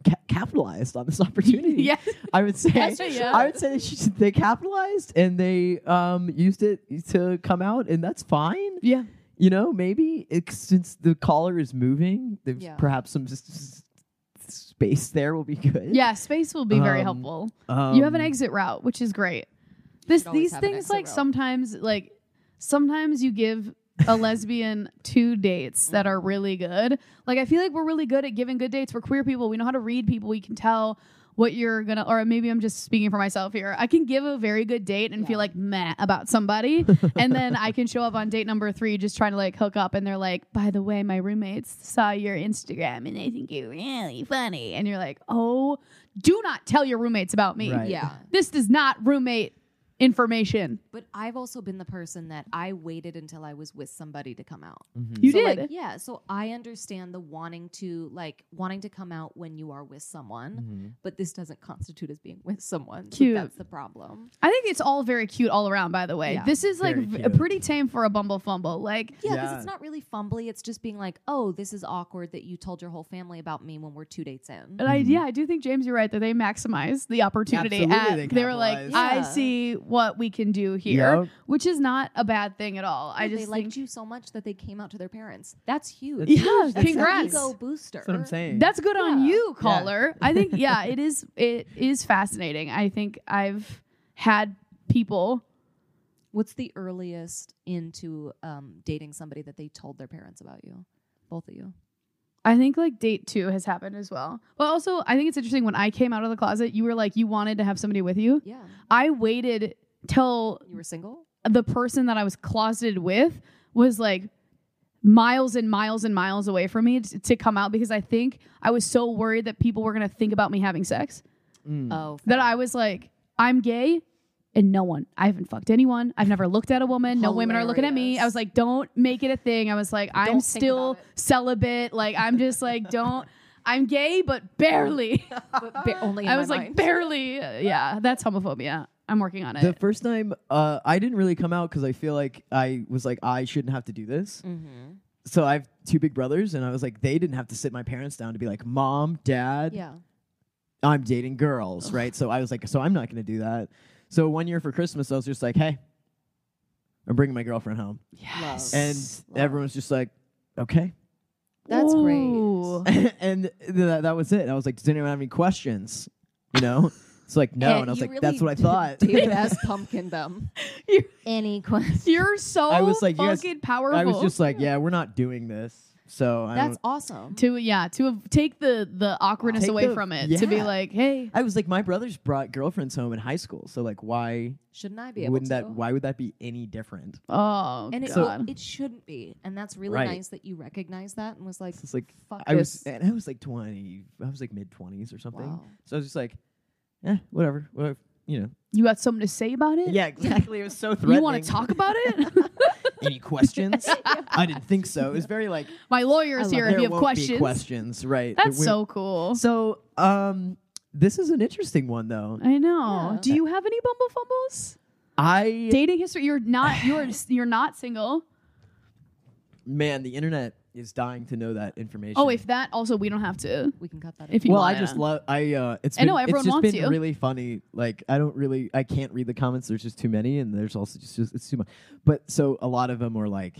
S4: ca- capitalized on this opportunity.
S3: Yeah.
S4: I would say
S3: That's right, yeah.
S4: I would say they, should, they capitalized and they um used it to come out and that's fine.
S3: Yeah.
S4: You know, maybe it, since the caller is moving, there's
S2: Yeah.
S4: perhaps some s- s- s- space there will be good.
S3: Yeah, space will be very
S4: Um,
S3: helpful.
S4: Um,
S3: you have an exit route, which is great. This
S2: should always
S3: these
S2: have an
S3: things
S2: exit
S3: like
S2: route.
S3: sometimes like sometimes you give a lesbian two dates that are really good. Like I feel like we're really good at giving good dates. We're queer people. We know how to read people. We can tell what you're gonna or maybe I'm just speaking for myself here. I can give a very good date and feel like meh about somebody. and then I can show up on date number three just trying to like hook up and they're like, by the way, my roommates saw your Instagram and they think you're really funny. And you're like, oh do not tell your roommates about me.
S4: Right.
S2: Yeah.
S3: This is not roommate information.
S2: But I've also been the person that I waited until I was with somebody to come out.
S3: You
S2: So,
S3: did.
S2: like, yeah. So I understand the wanting to like wanting to come out when you are with someone, but this doesn't constitute as being with someone. so
S3: Mm-hmm. Cute.
S2: that's the problem.
S3: I think it's all very cute all around, by the way.
S2: Yeah.
S3: This is like
S4: Very
S3: v-
S4: cute.
S3: pretty tame for a bumble fumble. Like,
S2: Yeah, because
S4: Yeah.
S2: it's not really fumbly. It's just being like, oh, this is awkward that you told your whole family about me when we're two dates in.
S3: and I,
S4: Mm-hmm.
S3: yeah, I do think, James, you're right that they maximize the opportunity.
S4: Absolutely,
S3: at-
S4: they
S3: were like,
S4: capitalized.
S3: I
S2: Yeah.
S3: see what we can do here,
S4: Yep.
S3: which is not a bad thing at all. I
S2: Yeah,
S3: just
S2: they
S3: think,
S2: liked you so much that they came out to their parents. That's huge.
S4: That's-
S3: yeah,
S2: That's an
S3: congrats.
S2: ego booster.
S4: That's what I'm saying.
S3: That's good on
S2: Yeah.
S3: you, caller. I think yeah, it is it is fascinating. I think I've had people
S2: What's the earliest into um, dating somebody that they told their parents about you? Both of you.
S3: I think like date two has happened as well. But also, I think it's interesting when I came out of the closet, you were like, you wanted to have somebody with you.
S2: Yeah.
S3: I waited till
S2: You were single?
S3: the person that I was closeted with was like miles and miles and miles away from me to, to come out because I think I was so worried that people were going to think about me having sex
S4: Mm.
S2: Oh.
S3: that I was like, I'm gay. And no one, I haven't fucked anyone. I've never looked at a woman. No women are looking at me. I was
S2: Hilarious.
S3: like, don't make it a thing. I was like, I'm
S2: think
S3: still
S2: about it.
S3: celibate. Like, I'm just like, don't, I'm gay, but barely.
S2: But ba- only in
S3: I
S2: my
S3: was like,
S2: mind.
S3: barely. Uh, yeah, that's homophobia. I'm working on it.
S4: The first time uh, I didn't really come out because I feel like I was like I shouldn't have to do this.
S3: Mm-hmm.
S4: So I have two big brothers, and I was like they didn't have to sit my parents down to be like, "Mom, Dad,
S2: Yeah.
S4: I'm dating girls," right? So I was like, so I'm not going to do that. So one year for Christmas, I was just like, "Hey, I'm bringing my girlfriend home,"
S2: Love.
S4: and everyone's just like, "Okay,"
S2: That's
S3: Ooh.
S2: great.
S4: and th- that that was it. I was like, "Does anyone have any questions?" You know. It's like no, and, I was
S2: you
S4: like,
S2: really
S4: "That's what I
S2: did
S4: thought."
S2: David S. Pumpkin them.
S3: You're-
S2: Any questions?
S3: You're so
S4: I was like, you guys-
S3: fucking powerful.
S4: I was just like, "Yeah, we're not doing this." So I don't-
S2: That's awesome.
S3: to yeah to take the the awkwardness
S4: Take
S3: away
S4: the-
S3: from it to be
S4: yeah.
S3: like, hey,
S4: I was like, my brothers brought girlfriends home in high school, so like, why
S2: Shouldn't I be able
S4: wouldn't
S2: to?
S4: that? Why would that be any different?
S3: oh
S2: and it,
S3: god,
S2: it shouldn't be. And that's really
S4: Right.
S2: nice that you recognize that and was like,
S4: It's like
S2: fuck
S4: I was,
S2: this.
S4: and I was like twenty, I was like mid twenties or something.
S2: Wow.
S4: So I was just like, eh, whatever, whatever, you know.
S3: you got something to say about it?
S4: Yeah, exactly. It was so threatening.
S3: you want to talk about it?
S4: Any questions? I didn't think so. It was very like
S3: My lawyer's here if
S4: there
S3: you have
S4: won't be
S3: questions.
S4: questions, right?
S3: That's
S4: We-
S3: so cool.
S4: So, um, this is an interesting one though.
S3: I know.
S2: Yeah.
S3: Do you have any bumble fumbles?
S4: I
S3: Dating history? You're not. You're you're not single.
S4: man, the internet is dying to know that information.
S3: Oh, if that also we don't have to.
S2: we can cut that.
S3: If
S2: If
S3: you
S4: well, I
S3: want
S4: just love. I uh, it's
S3: I
S4: been,
S3: know everyone
S4: it's just
S3: wants
S4: been
S3: you.
S4: really funny. Like I don't really, I can't read the comments. There's just too many, and there's also just, just it's too much. But so a lot of them were like,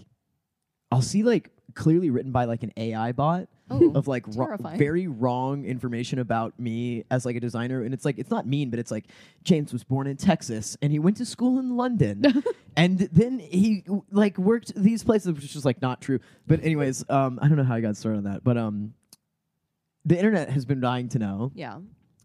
S4: I'll see like clearly written by like an AI bot,
S2: Oh,
S4: of like ro-
S2: terrifying.
S4: very wrong information about me as like a designer and it's like it's not mean but it's like james was born in texas and he went to school in london and then he like worked these places which is just, like not true but anyways um i don't know how i got started on that but um the internet has been dying to know
S2: yeah.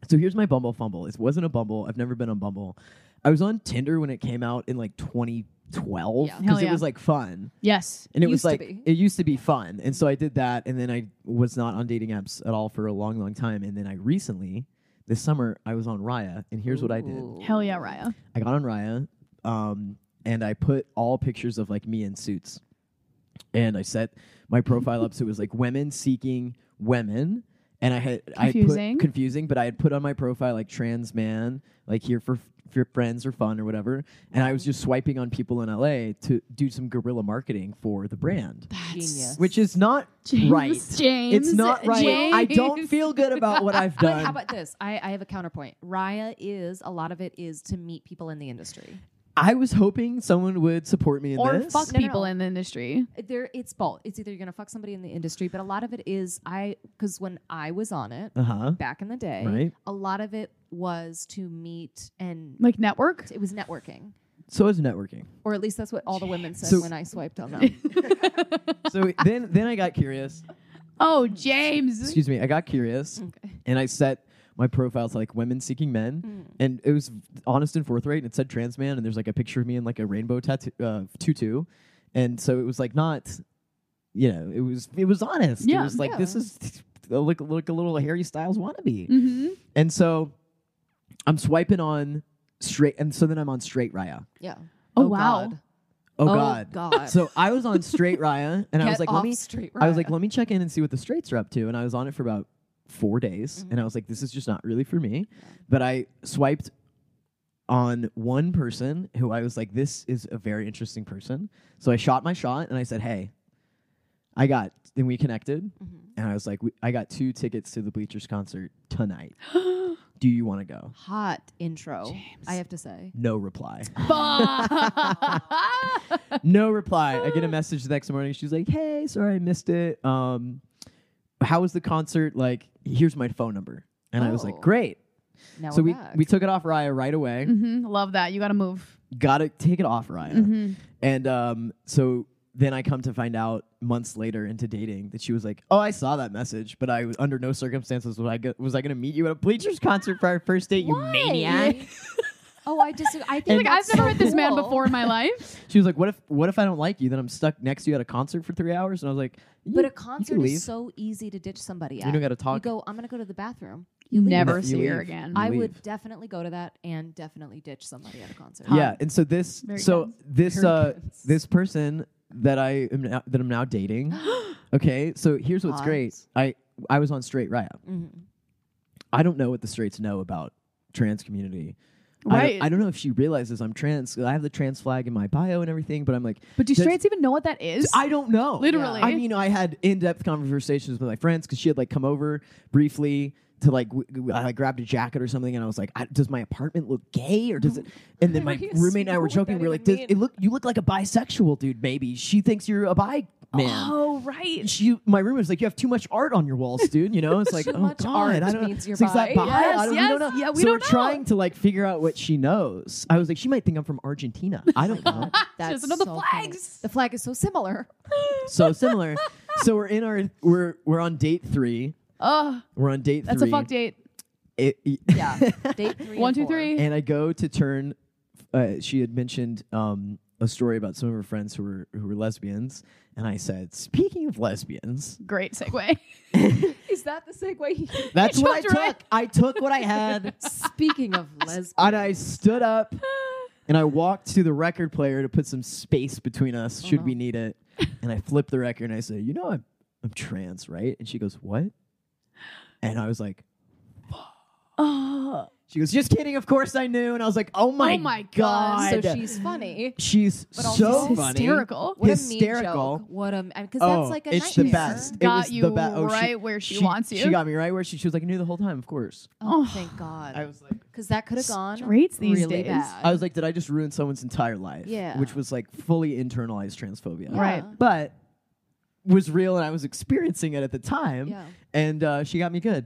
S4: so here's my Bumble fumble. It wasn't a Bumble. I've never been on Bumble. I was on Tinder when it came out in like 2012
S2: Yeah.
S4: because
S3: Hell yeah.
S4: it was like fun,
S3: Yes.
S4: and it was
S2: Used to
S4: like
S2: be.
S4: it used to be fun, and so I did that, and then I was not on dating apps at all for a long, long time, and then I recently, this summer, I was on Raya, and here's what I did.
S2: Ooh.
S3: Hell yeah, Raya.
S4: I got on Raya, um, and I put all pictures of like me in suits, and I set my profile up so it was like women seeking women, and I had I
S3: Confusing.
S4: put confusing, but I had put on my profile like trans man, like here for for friends or fun or whatever, and I was just swiping on people in LA to do some guerrilla marketing for the brand.
S2: Genius.
S4: Which is not
S3: James,
S4: right.
S3: James,
S4: it's not right. I don't
S3: James.
S4: feel good about what I've
S2: But
S4: done.
S2: how about this? I, I have a counterpoint. Raya is a lot of it is to meet people in the industry.
S4: I was hoping someone would support me in
S3: Or
S4: this.
S3: fuck
S2: No, no,
S3: people
S2: no.
S3: in the industry.
S2: There, it's both. It's either you're gonna fuck somebody in the industry, but a lot of it is I because when I was on it
S4: Uh huh.
S2: back in the day,
S4: Right.
S2: a lot of it was to meet and
S3: Like network.
S2: it was networking,
S4: So is networking.
S2: or at least that's what all the women said
S4: So-
S2: when I swiped on them.
S4: so then then I got curious.
S3: Oh, James.
S4: Excuse me, I got curious and I set my profile to like women seeking men
S2: Mm.
S4: and it was honest and forthright and it said trans man and there's like a picture of me in like a rainbow tattoo uh, tutu and so it was like not you know it was it was honest
S3: Yeah.
S4: it was like this
S2: Yeah.
S4: is look like a little Harry Styles wannabe
S3: Mm-hmm.
S4: and so I'm swiping on straight and so then I'm on straight Raya
S2: Yeah.
S3: Oh, wow.
S2: God.
S4: oh,
S2: Oh,
S4: god
S2: God.
S4: so I was on straight Raya and I
S2: Get
S4: was like
S2: off
S4: let me
S2: street.
S4: I was
S2: Raya.
S4: like, let me check in and see what the straights are up to. And I was on it for about four days. And I was like, this is just not really for me. But I swiped on one person who I was like, this is a very interesting person. So I shot my shot and I said, hey, I got, then we connected. And I was like, we, I got two tickets to the Bleachers concert tonight. Do you want to go?
S2: hot intro. I have to say.
S4: No reply.
S3: Fuck.
S4: no reply. I get
S2: Ah.
S4: a message the next morning. She's like, "Hey, sorry I missed it. Um, how was the concert? Like, here's my phone number." And I was
S2: Oh.
S4: like, "Great."
S2: Now
S4: so
S2: we're
S4: we
S2: back.
S4: we took it off Raya right away.
S3: Mhm. Love that. You got to move.
S2: Mm-hmm.
S4: Got to take it off Raya. And um, so then I come to find out months later into dating that she was like, "Oh, I saw that message, but I was under no circumstances was I go- was I going to meet you at a Bleachers concert for our first date, you maniac."
S2: oh, I disagree. I
S3: He's
S2: think
S3: like, I've
S2: that's
S3: never
S2: so
S3: met this man
S2: cool.
S3: before in my life.
S4: She was like, "What if what if I don't like you? Then I'm stuck next to you at a concert for 3 hours." And I was like,
S2: But
S4: "You-
S2: a
S4: you can
S2: concert
S4: leave."
S2: is so easy to ditch somebody at.
S4: don't gotta talk.
S2: You go, I'm gonna go to the bathroom.
S3: You
S2: leave.
S3: never
S4: You
S3: see her
S4: leave.
S3: again.
S4: You
S2: I
S4: leave.
S2: would definitely go to that and definitely ditch somebody at a concert.
S4: yeah and so this
S3: Very
S4: so
S3: good.
S4: this
S2: Very
S4: uh
S2: good.
S4: this person that i am now, that i'm now dating okay so here's what's
S2: Hot.
S4: great i i was on straight raya
S2: Mhm.
S4: i don't know what the straights know about trans community I don't-
S3: Right.
S4: I, don't know if she realizes i'm trans 'cause i have the trans flag in my bio and everything but i'm like
S3: But do
S4: that's-
S3: straights even know what that is?
S4: I don't know.
S3: Literally.
S4: I mean, I had in-depth conversations with my friends because she had like come over briefly to like w- w- I like, grabbed a jacket or something, and I was like, I, "Does my apartment look gay or does it?" And then my
S2: Were you
S4: roommate and I
S2: serious?
S4: were
S2: What
S4: joking.
S2: that
S4: We were
S2: even
S4: like, does,
S2: mean?
S4: "It look you look like a bisexual dude. Maybe she thinks you're a bi man."
S3: oh, right.
S4: She, my roommate was like, "You have too much art on your walls, dude." You know, it's like, "Oh
S2: much
S4: God,
S2: art
S4: I don't know."
S2: means you're
S4: So is that
S2: bi.
S4: bi?
S3: Yes,
S4: I don't,
S3: yes,
S4: we don't know.
S3: yeah, we
S4: so
S3: don't
S4: we're
S3: know.
S4: trying to like figure out what she knows. I was like, she might think I'm from Argentina. I don't know.
S2: That's
S3: doesn't know the
S2: so
S3: flags.
S2: funny. The flag is so similar.
S4: so similar. So we're in our we're we're on date three.
S3: Oh,
S4: We're on date
S3: that's
S4: three.
S3: a fuck date.
S4: It- it-
S2: Yeah. Date three.
S3: One,
S2: and
S3: two,
S2: four.
S3: three.
S4: and I go to turn. Uh, she had mentioned um, a story about some of her friends who were who were lesbians, and I said, "Speaking of lesbians,
S3: Great segue.
S2: Is that the segue?
S4: that's what I
S3: jumped
S4: took.
S3: right-
S4: I took what I had,
S2: Speaking of lesbian,
S4: and I stood up, and I walked to the record player to put some space between us should we need it. And I flipped the record, and I said, "You know, I'm I'm trans, right?" And she goes, "What?" And I was like,
S3: Oh,
S4: She goes, just kidding. Of course I knew. And I was like, oh my,
S3: my God.
S2: so she's funny.
S4: she's
S2: But
S4: so
S2: also
S4: funny.
S3: hysterical.
S2: What a
S4: hysterical.
S2: mean joke. What a because
S4: Oh,
S2: that's like a
S4: it's the
S2: nightmare.
S4: best.
S3: Got
S4: it was
S3: you
S4: the best. Oh, she-
S3: right where she wants you.
S4: She got me right where she. She was like, I knew the whole time. Of course.
S2: Oh, thank God.
S4: I was like,
S2: Because that could have gone
S3: Straights these
S2: really
S3: days.
S2: bad.
S4: I was like, did I just ruin someone's entire life?
S2: Yeah.
S4: Which was like fully internalized transphobia.
S3: Right.
S4: But was real and I was experiencing it at the time.
S2: Yeah.
S4: And uh, she got me good.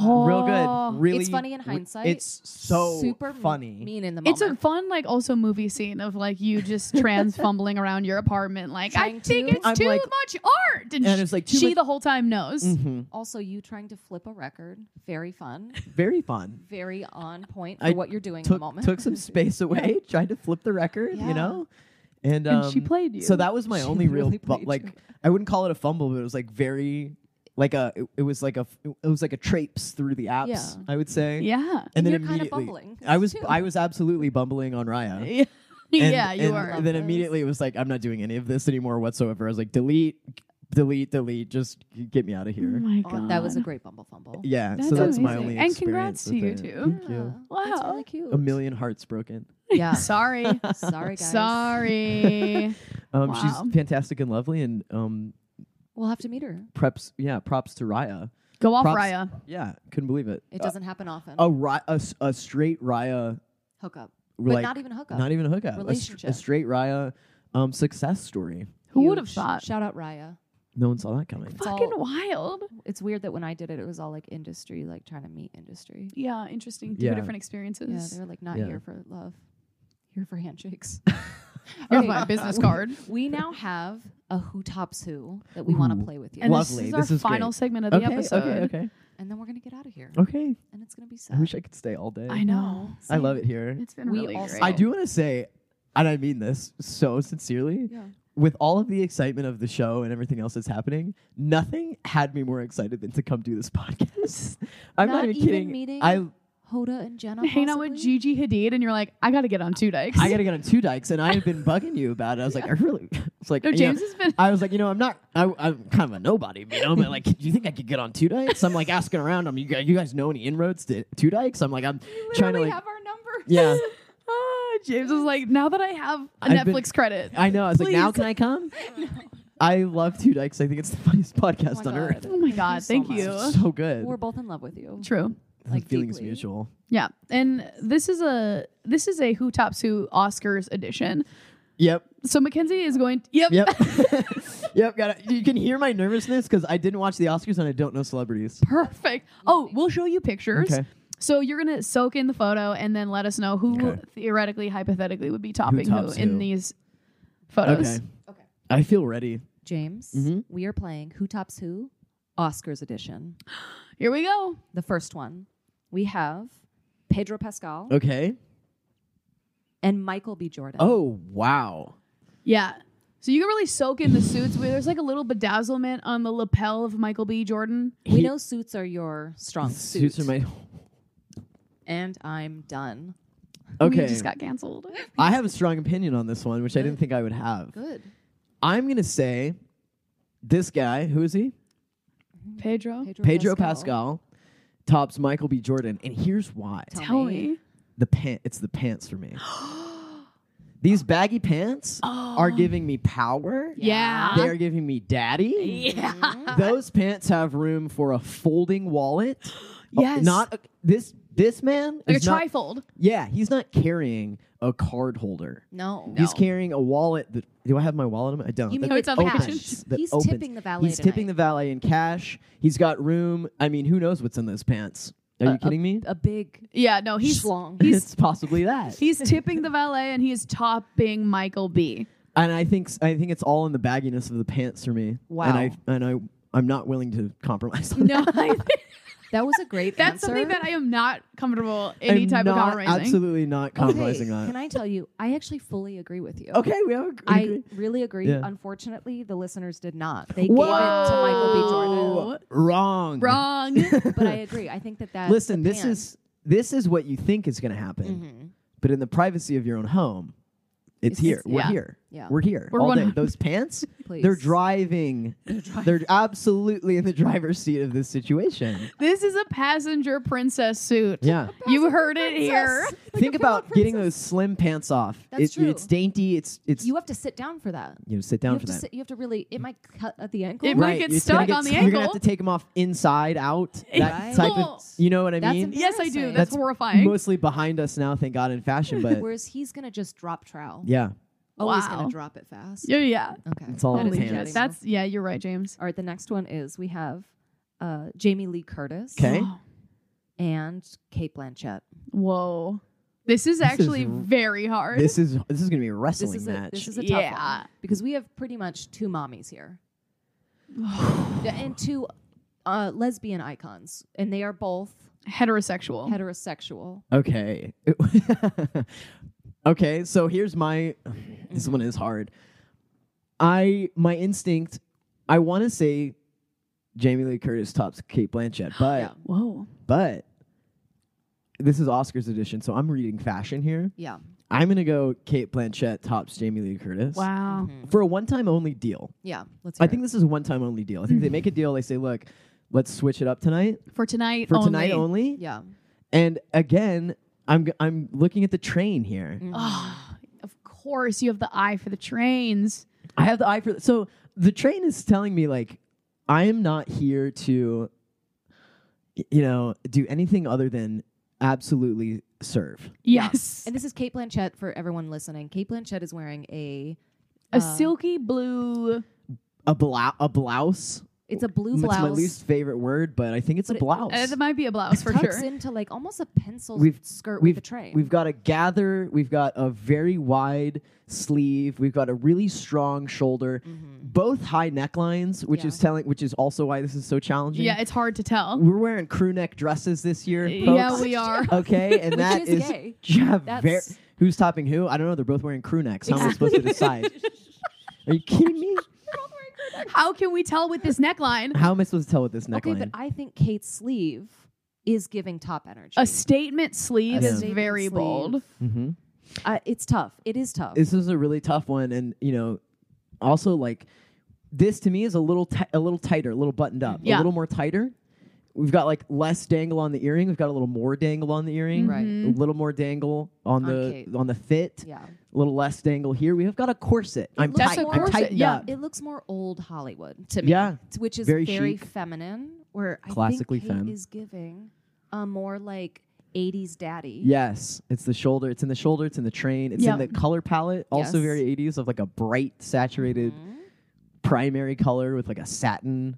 S4: Real good. Really.
S2: Oh, it's funny in
S4: re-
S2: hindsight.
S4: It's so
S2: super
S4: funny.
S2: Mean in the moment.
S3: It's a fun, like, also movie scene of like you just trans fumbling around your apartment, like I
S2: Trying
S3: think
S2: to-
S3: it's
S4: I'm
S3: too
S4: like-
S3: much art, and,
S4: and
S3: sh-
S4: it's like too
S3: she
S4: much-
S3: the whole time knows.
S4: Mhm.
S2: also you trying to flip a record. Very fun.
S4: Very fun.
S2: Very on point for
S4: I
S2: what you're doing in the
S4: Took,
S2: moment.
S4: took some space away, tried to flip the record,
S2: Yeah.
S4: you know? And, um,
S3: And she played you.
S4: So that was my
S2: She
S4: only real,
S2: really
S4: bu-
S2: played
S4: like,
S2: you.
S4: I wouldn't call it a fumble, but it was like very, like a, it, it was like a, f- it was like a traipse through the apps,
S2: Yeah.
S4: I would say.
S3: yeah,
S4: And, then
S2: you're kinda
S4: immediately,
S2: bumbling,
S4: I was,
S2: too.
S4: I was absolutely bumbling on Raya.
S3: yeah,
S4: And-
S3: yeah, you
S4: and
S3: are.
S4: Then
S2: those.
S4: immediately it was like, I'm not doing any of this anymore whatsoever. I was like, delete, delete, delete. Just g- get me out of
S3: Oh
S4: here.
S3: my god,
S2: Oh, that was a great bumble fumble.
S4: Yeah.
S3: That's
S4: so that's my
S3: amazing.
S4: only
S3: And congrats
S4: experience
S3: to
S4: with
S3: you
S4: it.
S3: two.
S4: Thank you.
S2: That's
S3: Wow.
S2: really cute.
S4: A million hearts broken.
S2: Yeah.
S3: Sorry,
S2: Sorry, guys.
S3: sorry.
S4: Um,
S3: Wow.
S4: She's fantastic and lovely, and um,
S2: We'll have to meet her.
S4: preps. Yeah, props to Raya.
S3: Go off,
S4: Props-
S3: Raya.
S4: Yeah, couldn't believe it.
S2: It doesn't happen often.
S4: A, ri- a s- a straight Raya,
S2: hook up. But
S4: like
S2: not even hook up.
S4: not even a hookup. A, str- a
S2: Relationship.
S4: straight Raya, um, success story.
S3: Who would have
S2: Huge.
S3: thought?
S2: Shout out Raya.
S4: No one saw that coming.
S2: all-
S3: Fucking wild.
S2: It's weird that when I did it, it was all like industry, like trying to meet industry.
S3: Yeah, interesting. Two
S4: Yeah.
S3: different
S2: Yeah,
S3: experiences.
S2: they were like not
S4: Yeah.
S2: here for love, here for handshakes.
S3: Here's
S2: Okay.
S3: my business card.
S2: We now have a who tops who that we want
S4: Ooh.
S2: to play with you,
S3: And This is
S4: Lovely. This
S3: our
S4: is great.
S3: final segment of the
S4: Okay,
S3: episode. Uh,
S4: okay, okay,
S2: and then we're gonna get out of here,
S4: okay.
S2: and it's gonna be sad.
S4: I wish I could stay all day.
S3: I know.
S4: I love it here.
S3: It's been
S2: We
S3: really
S2: also-
S3: great.
S4: I do want to say, and I mean this so sincerely,
S2: Yeah.
S4: with all of the excitement of the show and everything else that's happening, nothing had me more excited than to come do this podcast. I'm
S2: Not
S4: not, even
S2: even
S4: kidding.
S2: meeting?
S4: I
S2: Hoda and Jenna
S3: Hang out with
S2: possibly?
S3: Gigi Hadid, and you're like, I got to get on two dikes.
S4: I gotta get on two dikes, and I have been bugging you about it. I was like, I really, it's like,
S3: No,
S4: you know,
S3: James has been-
S4: I was like, you know, I'm not, I, I'm kind of a nobody, you know, but like, do you think I could get on two dikes? I'm like asking around. I'm, you guys, you guys know any inroads to two dikes? I'm like, I'm trying to like,
S2: our number.
S4: yeah.
S3: Ah, James was like, now that I have a
S4: I've been-
S3: Netflix credit,
S4: I know. I was like, now
S3: Please.
S4: can I come? I love Two Dykes. I think it's the funniest podcast
S2: my God.
S4: on earth.
S3: oh my god,
S2: Thank
S3: thank
S2: you
S3: you.
S2: so
S4: It's so good.
S2: We're both in love with you.
S3: True.
S2: like,
S4: the feeling is
S2: deeply.
S4: mutual.
S3: Yeah, and this is a this is a Who Tops Who Oscars edition.
S4: Yep.
S3: So Mackenzie is going. yep.
S4: Yep. yep. Got it. You can hear my nervousness because I didn't watch the Oscars and I don't know celebrities.
S3: Perfect. Oh, we'll show you pictures.
S4: Okay.
S3: So you're gonna soak in the photo and then let us know who
S4: Okay.
S3: theoretically, hypothetically, would be topping who,
S4: tops
S3: in
S4: who?
S3: these
S4: Okay.
S3: photos.
S4: Okay. I feel ready.
S2: James,
S4: Mhm.
S2: we are playing Who Tops Who, Oscars edition.
S3: Here we go.
S2: The first one, we have Pedro Pascal
S4: Okay.
S2: and Michael B. Jordan.
S4: Oh wow.
S3: Yeah. So you can really soak in the suits. Where there's like a little bedazzlement on the lapel of Michael B. Jordan.
S2: we
S4: He-
S2: know suits are your strong suit,
S4: Suits are my.
S2: and I'm done.
S4: Okay.
S3: We just got canceled.
S4: I have a strong opinion on this one, which I didn't think I would have.
S2: Good,
S4: I'm gonna say, this guy. Who is he?
S3: Pedro.
S4: Pedro Pascal. Tops Michael B. Jordan, and here's why.
S3: Tell me.
S4: the pant it's the pants for me these baggy pants are giving me power
S3: Oh. Yeah.
S4: they are giving me daddy yeah. those pants have room for a folding wallet
S3: Yes.
S4: not a, this this man
S3: Like a
S4: is not-
S3: trifold.
S4: yeah he's not carrying a card holder
S2: No,
S4: He's carrying a wallet that do I have my wallet? on me? I don't.
S2: You
S4: That
S2: mean
S3: it's on the
S4: opens-
S3: cash.
S4: that
S2: He's
S4: opens.
S2: tipping the valet
S4: He's tipping
S2: tonight.
S4: the valet in cash. He's got room. I mean, who knows what's in those pants? Are you kidding me?
S2: a big
S3: Yeah, no, Uh, he's
S2: schlong.
S4: it's possibly that.
S3: he's tipping the valet and he is topping Michael B.
S4: and I think I think it's all in the bagginess of the pants for me.
S2: Wow.
S4: And I and I I'm not willing to compromise. On
S3: No,
S4: that.
S3: I think
S2: That was a great
S3: that's
S2: answer.
S3: something that I am not comfortable any
S4: I'm
S3: type of
S4: not-
S3: compromising.
S4: Absolutely not compromising
S2: okay,
S4: on.
S2: Can I tell you? I actually fully agree with you.
S4: okay, we have. A, we
S2: I
S4: agree.
S2: really agree.
S4: Yeah.
S2: Unfortunately, the listeners did not. They
S4: Whoa!
S2: gave it to Michael B. Jordan.
S3: Jordan.
S4: Wrong.
S3: Wrong.
S2: But I agree. I think that that
S4: Listen, this is this is what you think is going to happen, but in the privacy of your own home, it's,
S2: Mm-hmm. It's-
S4: here. We're
S3: yeah.
S4: here.
S2: Yeah.
S4: We're here.
S3: We're
S4: all day.
S3: 100
S4: Those pants,
S2: Please.
S4: they're driving. They're, absolutely in the driver's seat of this situation.
S3: this is a passenger princess suit.
S4: Yeah.
S3: You heard it here.
S4: Think about getting those slim pants off.
S2: That's
S4: It-
S2: true.
S4: It's dainty. It's it's
S2: You have to sit down for that.
S4: you know, sit
S2: You
S4: down
S2: have
S4: for
S2: to
S4: that.
S2: sit, you have to really. It might cut at the ankle.
S3: It might- get
S4: you're just
S3: stuck
S4: gonna
S3: on the
S4: You're gonna have
S3: ankle.
S4: to take them off inside out. That
S2: Right.
S4: type
S3: Cool.
S4: of, you know what I
S2: That's
S4: mean?
S3: Yes, I do.
S2: Embarrassing.
S3: That's, horrifying.
S4: Mostly behind us now, thank God, in fashion. But
S2: Whereas he's gonna just drop trowel.
S4: yeah,
S2: Always
S3: Wow.
S2: gonna drop it fast.
S3: Yeah, yeah.
S2: Okay.
S4: It's all
S2: That
S4: in his
S2: is
S4: hands.
S2: getting-
S3: That's yeah. You're right, James.
S2: all right. The next one is we have uh, Jamie Lee Curtis
S4: 'Kay. Okay.
S2: and Kate Blanchett.
S3: Whoa. This is
S4: This is
S3: actually
S4: r-
S3: very hard.
S4: This is this is gonna be a wrestling
S2: This is a,
S4: match.
S2: this is a tough
S3: Yeah.
S2: one because we have pretty much two mommies here Yeah, and two uh, lesbian icons, and they are both
S3: Heterosexual.
S2: heterosexual.
S4: Okay. okay, so here's my this one is hard. I my instinct I want to say Jamie Lee Curtis tops Kate Blanchett, but
S2: Yeah.
S3: Whoa.
S4: but this is Oscars edition, so I'm reading fashion here.
S2: Yeah.
S4: I'm going to go Kate Blanchett tops Jamie Lee Curtis.
S3: Wow.
S4: For a one-time only deal.
S2: Yeah. Let's. Hear
S4: I think this is a one-time only deal. I think they make a deal, they say, "Look, let's switch it up tonight
S3: For tonight
S4: for
S3: only.
S4: tonight only."
S2: It. Yeah.
S4: And again, I'm g- I'm looking at the train here.
S2: Mm.
S3: Ah, of course, you have the eye for the trains.
S4: I have the eye for. So the train is telling me like, I am not here to, y- you know, do anything other than absolutely serve.
S3: Yes.
S2: And this is Kate Blanchett for everyone listening. Kate Blanchett is wearing a
S3: A silky blue.
S4: A blouse. A blouse.
S2: it's a blue
S4: It's
S2: blouse.
S4: my least favorite word, but I think it's
S2: But
S4: a
S2: it- uh,
S4: blouse.
S3: It Uh, might be a blouse for
S2: tucks
S3: sure.
S2: into like almost a pencil
S4: We've-
S2: skirt
S4: we've
S2: with a train.
S4: we've got a gather. We've got a very wide sleeve. We've got a really strong shoulder. Both high necklines, which
S2: Mm-hmm. Yeah.
S4: is telling, which is also why this is so challenging.
S3: Yeah, it's hard to tell.
S4: we're wearing crew neck dresses this year.
S3: Yeah,
S4: folks.
S3: we are.
S4: Okay, and that
S2: is
S4: is
S2: gay.
S4: yeah,
S2: That's-
S4: ver- who's topping who? I don't know. They're both wearing crew necks. How am I supposed to decide? Are you kidding me?
S3: How can we tell with this neckline?
S4: How am I supposed to tell with this
S2: okay,
S4: neckline?
S2: but I think Kate's sleeve is giving top energy.
S3: A statement sleeve
S4: A
S3: is
S2: statement
S3: very
S2: sleeve.
S3: bold.
S4: hmm
S2: Uh, it's tough. It is tough.
S4: This is a really tough one, and you know, also like this to me is a little ti- a little tighter, a little buttoned up,
S3: Yeah.
S4: a little more tighter. We've got like less dangle on the earring. We've got a little more dangle on the earring.
S2: Right.
S4: A little more dangle on,
S2: On
S4: the
S2: Kate.
S4: on the fit.
S2: yeah.
S4: A little less dangle here. We have got a corset. I'm
S2: looks
S4: tight.
S2: more-
S4: I'm
S2: Corset,
S4: tightened
S3: yeah.
S4: up.
S2: It looks more old Hollywood to me.
S4: Yeah.
S2: t- Which is very,
S4: Very chic.
S2: feminine, where
S4: Classically
S2: I think Kate
S4: femme.
S2: is giving a more like 80s daddy.
S4: Yes, it's the shoulder. It's in the shoulder. It's in the train. It's
S3: Yeah.
S4: in the color palette. Also
S2: Yes. Mm-hmm.
S4: very 80s of like a bright, saturated primary color with like a satin.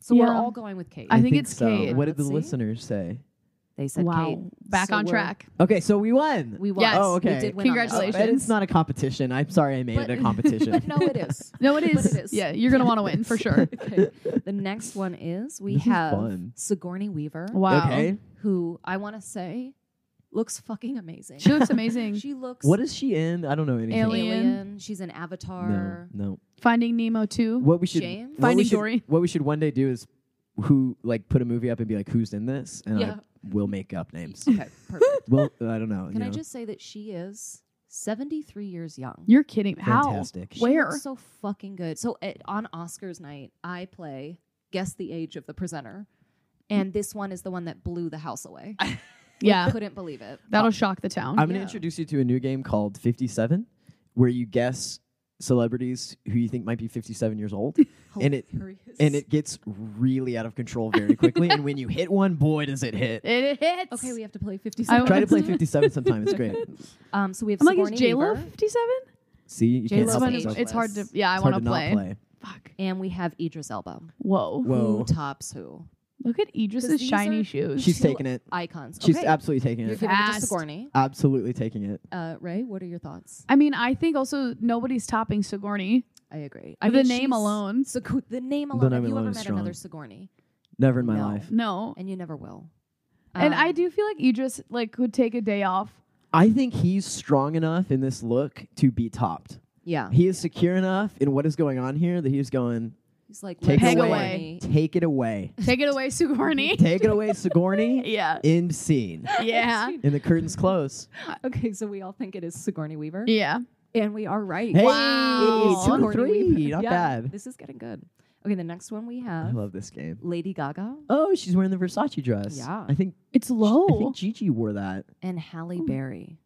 S2: So we're
S3: Yeah.
S2: all going with Kate.
S3: I think it's Kate.
S4: What did the
S2: Let's see.
S4: listeners say?
S2: they said
S3: wow.
S2: Kate.
S3: Back
S2: So
S3: on
S2: we're-
S3: track.
S4: Okay, so we won.
S2: We won.
S3: Yes.
S4: Oh, okay.
S2: We did win on this one.
S4: Oh,
S3: Congratulations.
S4: and it's not a competition. I'm sorry I made
S2: But-
S4: it a competition.
S2: But no, it is.
S3: No, it
S2: But
S3: is.
S2: it is.
S3: Yeah, you're going to want to win for sure.
S2: Okay. The next one is we
S4: This is
S2: have
S4: fun.
S2: Sigourney Weaver,
S3: Wow.
S4: Okay.
S2: who I want to say looks fucking amazing.
S3: She looks amazing.
S2: She looks
S4: What is she in? I don't know anything.
S3: Alien.
S2: She's an
S4: No,
S2: Avatar.
S4: no.
S3: Finding Nemo 2.
S4: What we should
S2: Shame.
S4: what we
S3: Finding
S4: should-
S3: Dory.
S4: What we should one day do is who like put a movie up and be like, who's in this? And
S2: Yeah.
S4: I will make up names.
S2: Okay, perfect.
S4: well, I don't know.
S2: Can
S4: you
S2: I
S4: know.
S2: just say that she is 73 years young?
S3: You're kidding.
S4: Fantastic.
S3: How?
S4: She
S2: She
S3: Where?
S2: looks so fucking good. So at, on Oscars night, I play guess the age of the presenter, and this one is the one that blew the house away. I
S3: yeah.
S2: couldn't believe it.
S3: That'll shock the town.
S4: I'm going to introduce you to a new game called 57, where you guess celebrities who you think might be 57 years old, and it and it gets really out of control very quickly. and when you hit one, boy, does it hit!
S3: it hits.
S2: Okay, we have to play
S3: I
S2: 57.
S3: want-
S4: Try to play 57 sometime. It's great.
S2: Um, so we have
S3: I'm like, is
S2: Sigourney
S3: J-Lo
S2: Weaver,
S3: 57?
S4: See, you
S2: J-Lo's
S4: can't help
S2: on
S4: it.
S2: age
S4: It's
S3: It's hard to.
S2: list.
S3: Yeah, I
S4: hard
S3: want
S4: to
S3: to
S4: not
S3: play.
S4: play.
S3: Fuck.
S2: and we have Idris Elba.
S3: Whoa.
S2: Who
S4: Whoa,
S2: tops who?
S3: Look at
S2: 'Cause
S3: Idris's
S2: these
S3: shiny
S2: are-
S3: shoes.
S4: she's
S2: two
S4: taking it.
S2: Icons.
S4: She's
S2: okay.
S4: absolutely taking
S2: You're
S4: it.
S2: giving it to
S3: Fast.
S2: Sigourney.
S4: Absolutely taking it.
S2: Uh, Ray, what are your thoughts?
S3: I mean, I think also nobody's topping Sigourney.
S2: I agree.
S3: The name alone.
S2: Sig- the name alone.
S4: name
S2: have you
S4: alone
S2: ever
S4: is
S2: met another
S4: strong.
S2: Sigourney?
S4: Never in my
S2: No.
S4: life.
S3: No.
S2: And you never will.
S3: and
S2: Um,
S3: I do feel like Idris like could take a day off.
S4: I think he's strong enough in this look to be topped.
S2: Yeah.
S4: He is secure enough in what is going on here that he's going.
S2: He's like,
S4: Take
S2: "Let's
S4: it
S3: Peg
S2: go,
S4: away.
S3: away.
S2: Sigourney."
S4: Take it away.
S3: Take it away, Sigourney.
S4: Take it away, Sigourney.
S3: yeah.
S4: End scene.
S3: Yeah.
S4: And the curtains close.
S2: Okay, so we all think it is Sigourney Weaver.
S3: Yeah.
S2: And we are right.
S4: Hey,
S3: Wow.
S4: two to
S2: Sigourney
S4: three.
S2: Weaver.
S4: Not
S2: Yeah,
S4: bad.
S2: This is getting good. Okay, the next one we
S4: I
S2: have
S4: love this game.
S2: Lady Gaga
S4: Oh, she's wearing the Versace dress.
S2: Yeah.
S4: I think
S3: It's
S4: I
S3: low.
S4: think Gigi wore that.
S2: and Halle Berry.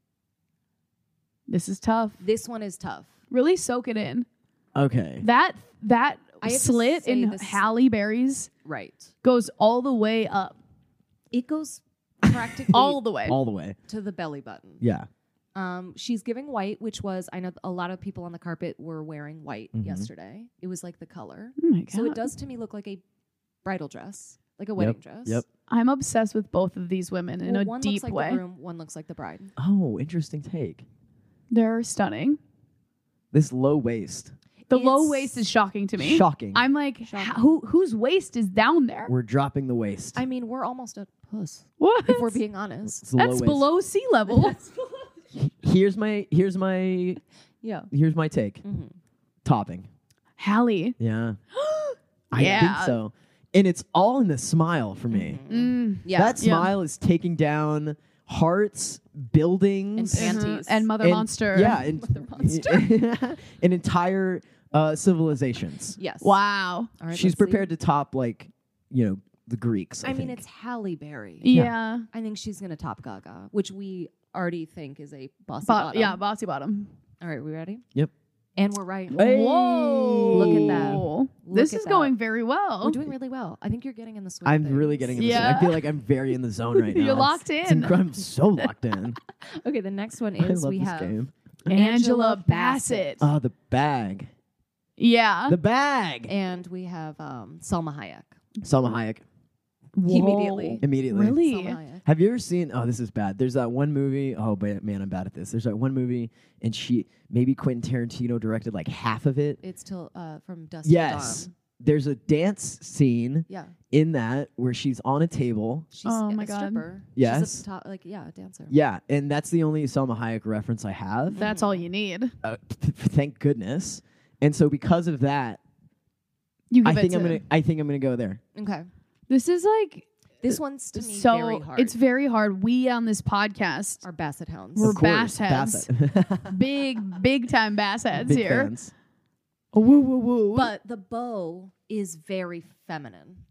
S3: This is tough.
S2: This one is tough.
S3: Really soak it in.
S4: Okay.
S3: That that
S2: I have to
S3: slit
S2: say
S3: in
S2: this-
S3: Halle Berry's
S2: Right.
S3: goes all the way up.
S2: It goes practically
S3: All the way.
S4: All the way.
S2: to the belly button.
S4: Yeah.
S2: Um, she's giving white, which was I know a lot of people on the carpet were wearing white
S4: Mhm.
S2: yesterday. It was like the color,
S3: Oh my god.
S2: so it does to me look like a bridal dress, like a wedding dress.
S4: yep.
S3: I'm obsessed with both of these women in
S2: Well,
S3: a
S2: one
S3: deep
S2: looks like
S3: way.
S2: the groom, one looks like the bride.
S4: Oh, interesting take.
S3: They're stunning.
S4: This low waist.
S3: The
S2: It's-
S3: low waist is shocking to me.
S4: Shocking.
S3: I'm like, h-
S2: Shocking.
S3: who whose waist is down there?
S4: We're dropping the waist.
S2: I mean, we're almost at puss
S3: What?
S2: if we're being honest.
S4: It's the low
S3: That's
S4: waist.
S3: below sea level.
S4: Here's my here's my
S2: Yeah.
S4: here's my take.
S2: hmm
S3: Mm-hmm.
S4: Topping.
S3: Hallie.
S4: Yeah. I
S3: Yeah.
S4: think so. And it's all in the smile for me.
S3: Mm.
S2: Yeah.
S4: That
S3: Yeah.
S4: smile is taking down hearts, buildings,
S2: And Panties.
S3: And Mother
S4: and-
S3: Monster.
S4: Yeah, and, and entire uh, civilizations.
S2: yes.
S3: Wow.
S2: All right,
S4: She's
S2: let's see.
S4: prepared to top like you know the Greeks. I,
S2: I mean,
S4: think.
S2: it's Halle Berry.
S3: Yeah.
S2: I think she's gonna top Gaga, which we already think is a bossy
S3: Bo-
S2: bottom.
S3: yeah, bossy bottom.
S2: All right, we ready?
S4: Yep.
S2: And we're right.
S4: Hey.
S3: Whoa.
S2: Look at that. Look
S3: this
S2: at
S3: is
S2: that.
S3: going very well.
S2: We're doing really well. I think you're getting in the swing.
S4: I'm really getting in the zone.
S3: Yeah.
S4: I feel like I'm very in the zone right now.
S3: You're locked
S4: It's
S3: in.
S4: incre- I'm so locked in.
S2: Okay, the next one
S4: I
S2: is
S4: love
S2: we
S4: this
S2: have
S4: game.
S3: Angela Bassett.
S4: Oh, the bag.
S3: yeah.
S4: The
S3: eh.
S4: bag.
S2: and we have um, Selma Hayek.
S4: Salma Hayek
S3: Whoa.
S2: immediately.
S4: immediately.
S3: Really?
S2: Selma Hayek.
S4: Have you ever seen? Oh, this is bad. There's that one movie. Oh, ba- man, I'm bad at this. There's that one movie, and she maybe Quentin Tarantino directed like half of it.
S2: It's till uh, from dusk
S4: Yes.
S2: to dawn.
S4: There's a dance scene
S2: Yeah,
S4: in that where she's on a table.
S2: she's
S3: Oh my
S2: a
S3: God.
S2: stripper.
S4: Yes.
S2: she's a top, like yeah, a dancer.
S4: Yeah, and that's the only Selma Hayek reference I have.
S3: That's
S2: Mm-hmm.
S3: all you need.
S4: uh, thank goodness. And so because of that,
S3: You give
S4: I
S3: it
S4: think
S3: to
S4: I'm gonna I think I'm gonna go there.
S2: Okay,
S3: This is like
S2: this
S4: Uh,
S2: one's to me
S3: so
S2: very hard.
S3: it's very hard. We on this podcast
S2: our Basset Hounds.
S3: We're
S4: Of
S3: bass
S4: course,
S3: heads.
S4: Bassett.
S3: big, big time bass heads
S4: Big
S3: here.
S4: fans. Oh, woo woo woo.
S2: but the bow is very feminine,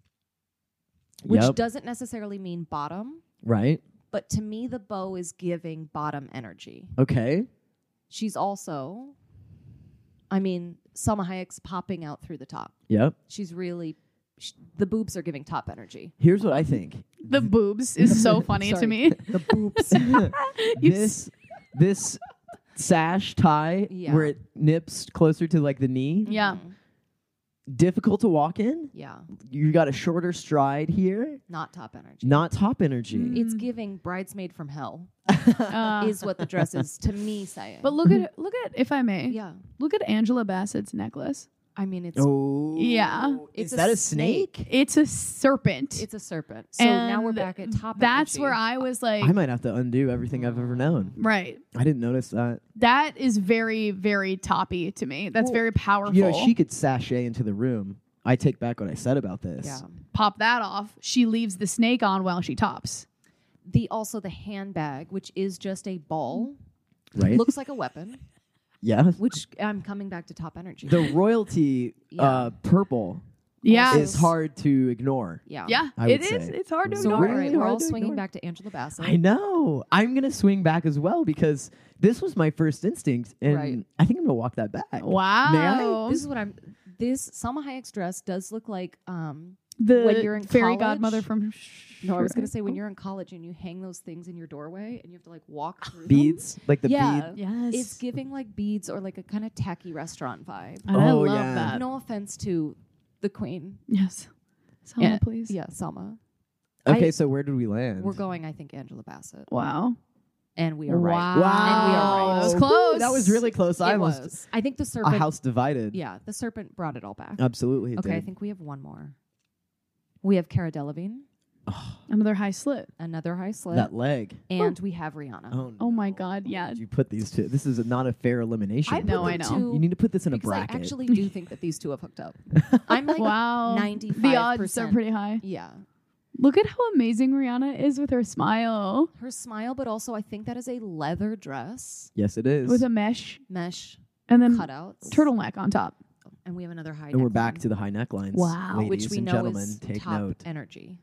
S2: which
S4: Yep,
S2: doesn't necessarily mean bottom.
S4: right.
S2: But to me, the bow is giving bottom energy.
S4: Okay.
S2: She's also, I mean, Selma Hayek's popping out through the top.
S4: Yep.
S2: She's really, sh the boobs are giving top energy.
S4: Here's what I think.
S3: The boobs is so funny to
S2: Sorry.
S3: me.
S2: The boobs.
S3: You
S4: this this sash tie
S2: Yeah. Mm.
S4: where it nips closer to like the knee.
S3: Yeah.
S4: Difficult to walk in.
S2: yeah,
S4: You got a shorter stride here.
S2: not top energy. Mm.
S4: Not top energy.
S2: It's giving bridesmaid from hell
S3: Uh,
S2: Mm-hmm. is what the dress is to me saying.
S3: but look at look at if I may.
S2: Mm-hmm. yeah,
S3: Look at Angela Bassett's necklace.
S2: I mean it's
S4: Oh.
S3: Yeah.
S2: It's
S4: Is that
S2: a
S4: a snake?
S3: It's a serpent.
S2: it's a serpent. So now we're
S3: And
S2: back at top.
S3: That's
S2: energy.
S3: where I was like,
S4: I might have to undo everything I've ever known.
S3: right.
S4: I didn't notice that.
S3: That is very very toppy to me. That's
S2: Well,
S3: very powerful.
S4: You know, she could sashay into the room. I take back what I said about this.
S2: Yeah.
S3: pop that off. She leaves the snake on while she tops.
S2: The also the handbag, which is just a ball,
S4: Right?
S2: looks like a weapon.
S4: yeah.
S2: Which I'm coming back to top energy.
S4: The royalty
S2: Yeah.
S4: uh, purple
S3: Yeah.
S4: is hard to ignore.
S2: yeah.
S3: yeah.
S4: I
S3: It
S4: would
S3: is.
S4: say.
S3: It's hard to
S4: So
S2: So
S3: ignore.
S2: all
S4: Really
S2: right, we're
S4: hard
S2: all
S4: to
S2: swinging
S4: ignore.
S2: back to Angela Bassett.
S4: I know. I'm going to swing back as well because this was my first instinct. And
S2: Right.
S4: I think I'm going to walk that back.
S3: Wow.
S2: This is what I'm. This Selma Hayek's dress does look like. Um,
S3: the
S2: when you're in
S3: fairy
S2: college-
S3: godmother from.
S2: no, I was gonna
S3: Shrek.
S2: say when you're in college and you hang those things in your doorway and you have to like walk through them.
S4: Beads, like the
S2: yeah,
S3: Yes.
S2: it's giving like beads or like a kind of tacky restaurant vibe.
S3: And I
S4: Oh,
S3: love
S4: yeah.
S3: that.
S2: no offense to the queen.
S3: Yes. Selma,
S2: Yeah.
S3: please.
S2: Yeah, Selma.
S4: bead. Okay,
S2: I-
S4: so where did we land?
S2: We're going. I think Angela Bassett.
S3: Wow.
S2: And we are
S3: Wow.
S2: right. And we are right.
S3: That was
S4: Ooh,
S3: close.
S4: Oh, that was really close. I
S2: it
S4: almost
S2: was. I think the
S4: a
S2: serpent.
S4: house divided.
S2: Yeah, the serpent brought it all back.
S4: Absolutely. it
S2: okay, I
S4: did.
S2: think we have one more. We have Cara Delevingne,
S3: Another high slit.
S2: another high slit,
S4: that leg.
S2: and we have Rihanna.
S4: Oh, no.
S3: Oh my god. Yeah.
S4: You put these two. This is not a fair elimination.
S2: I
S3: No,
S2: put
S3: I
S2: the
S3: know.
S2: two-
S4: Oh, You need to put this in a
S2: because
S4: bracket.
S2: I actually do think that these two have hooked up. I'm like,
S3: wow.
S2: 95%.
S3: The odds are pretty high.
S2: yeah,
S3: Look at how amazing Rihanna is with her smile.
S2: her smile, but also I think that is a leather dress,
S4: yes, it is.
S3: With a mesh
S2: mesh
S3: and then
S2: cutouts,
S3: turtleneck on top.
S2: and we have another high.
S4: and we're back
S2: neckline,
S4: to the high necklines.
S3: Wow.
S4: ladies
S2: which we
S4: and
S2: know
S4: gentlemen,
S2: is
S4: take
S2: top
S4: note.
S2: energy.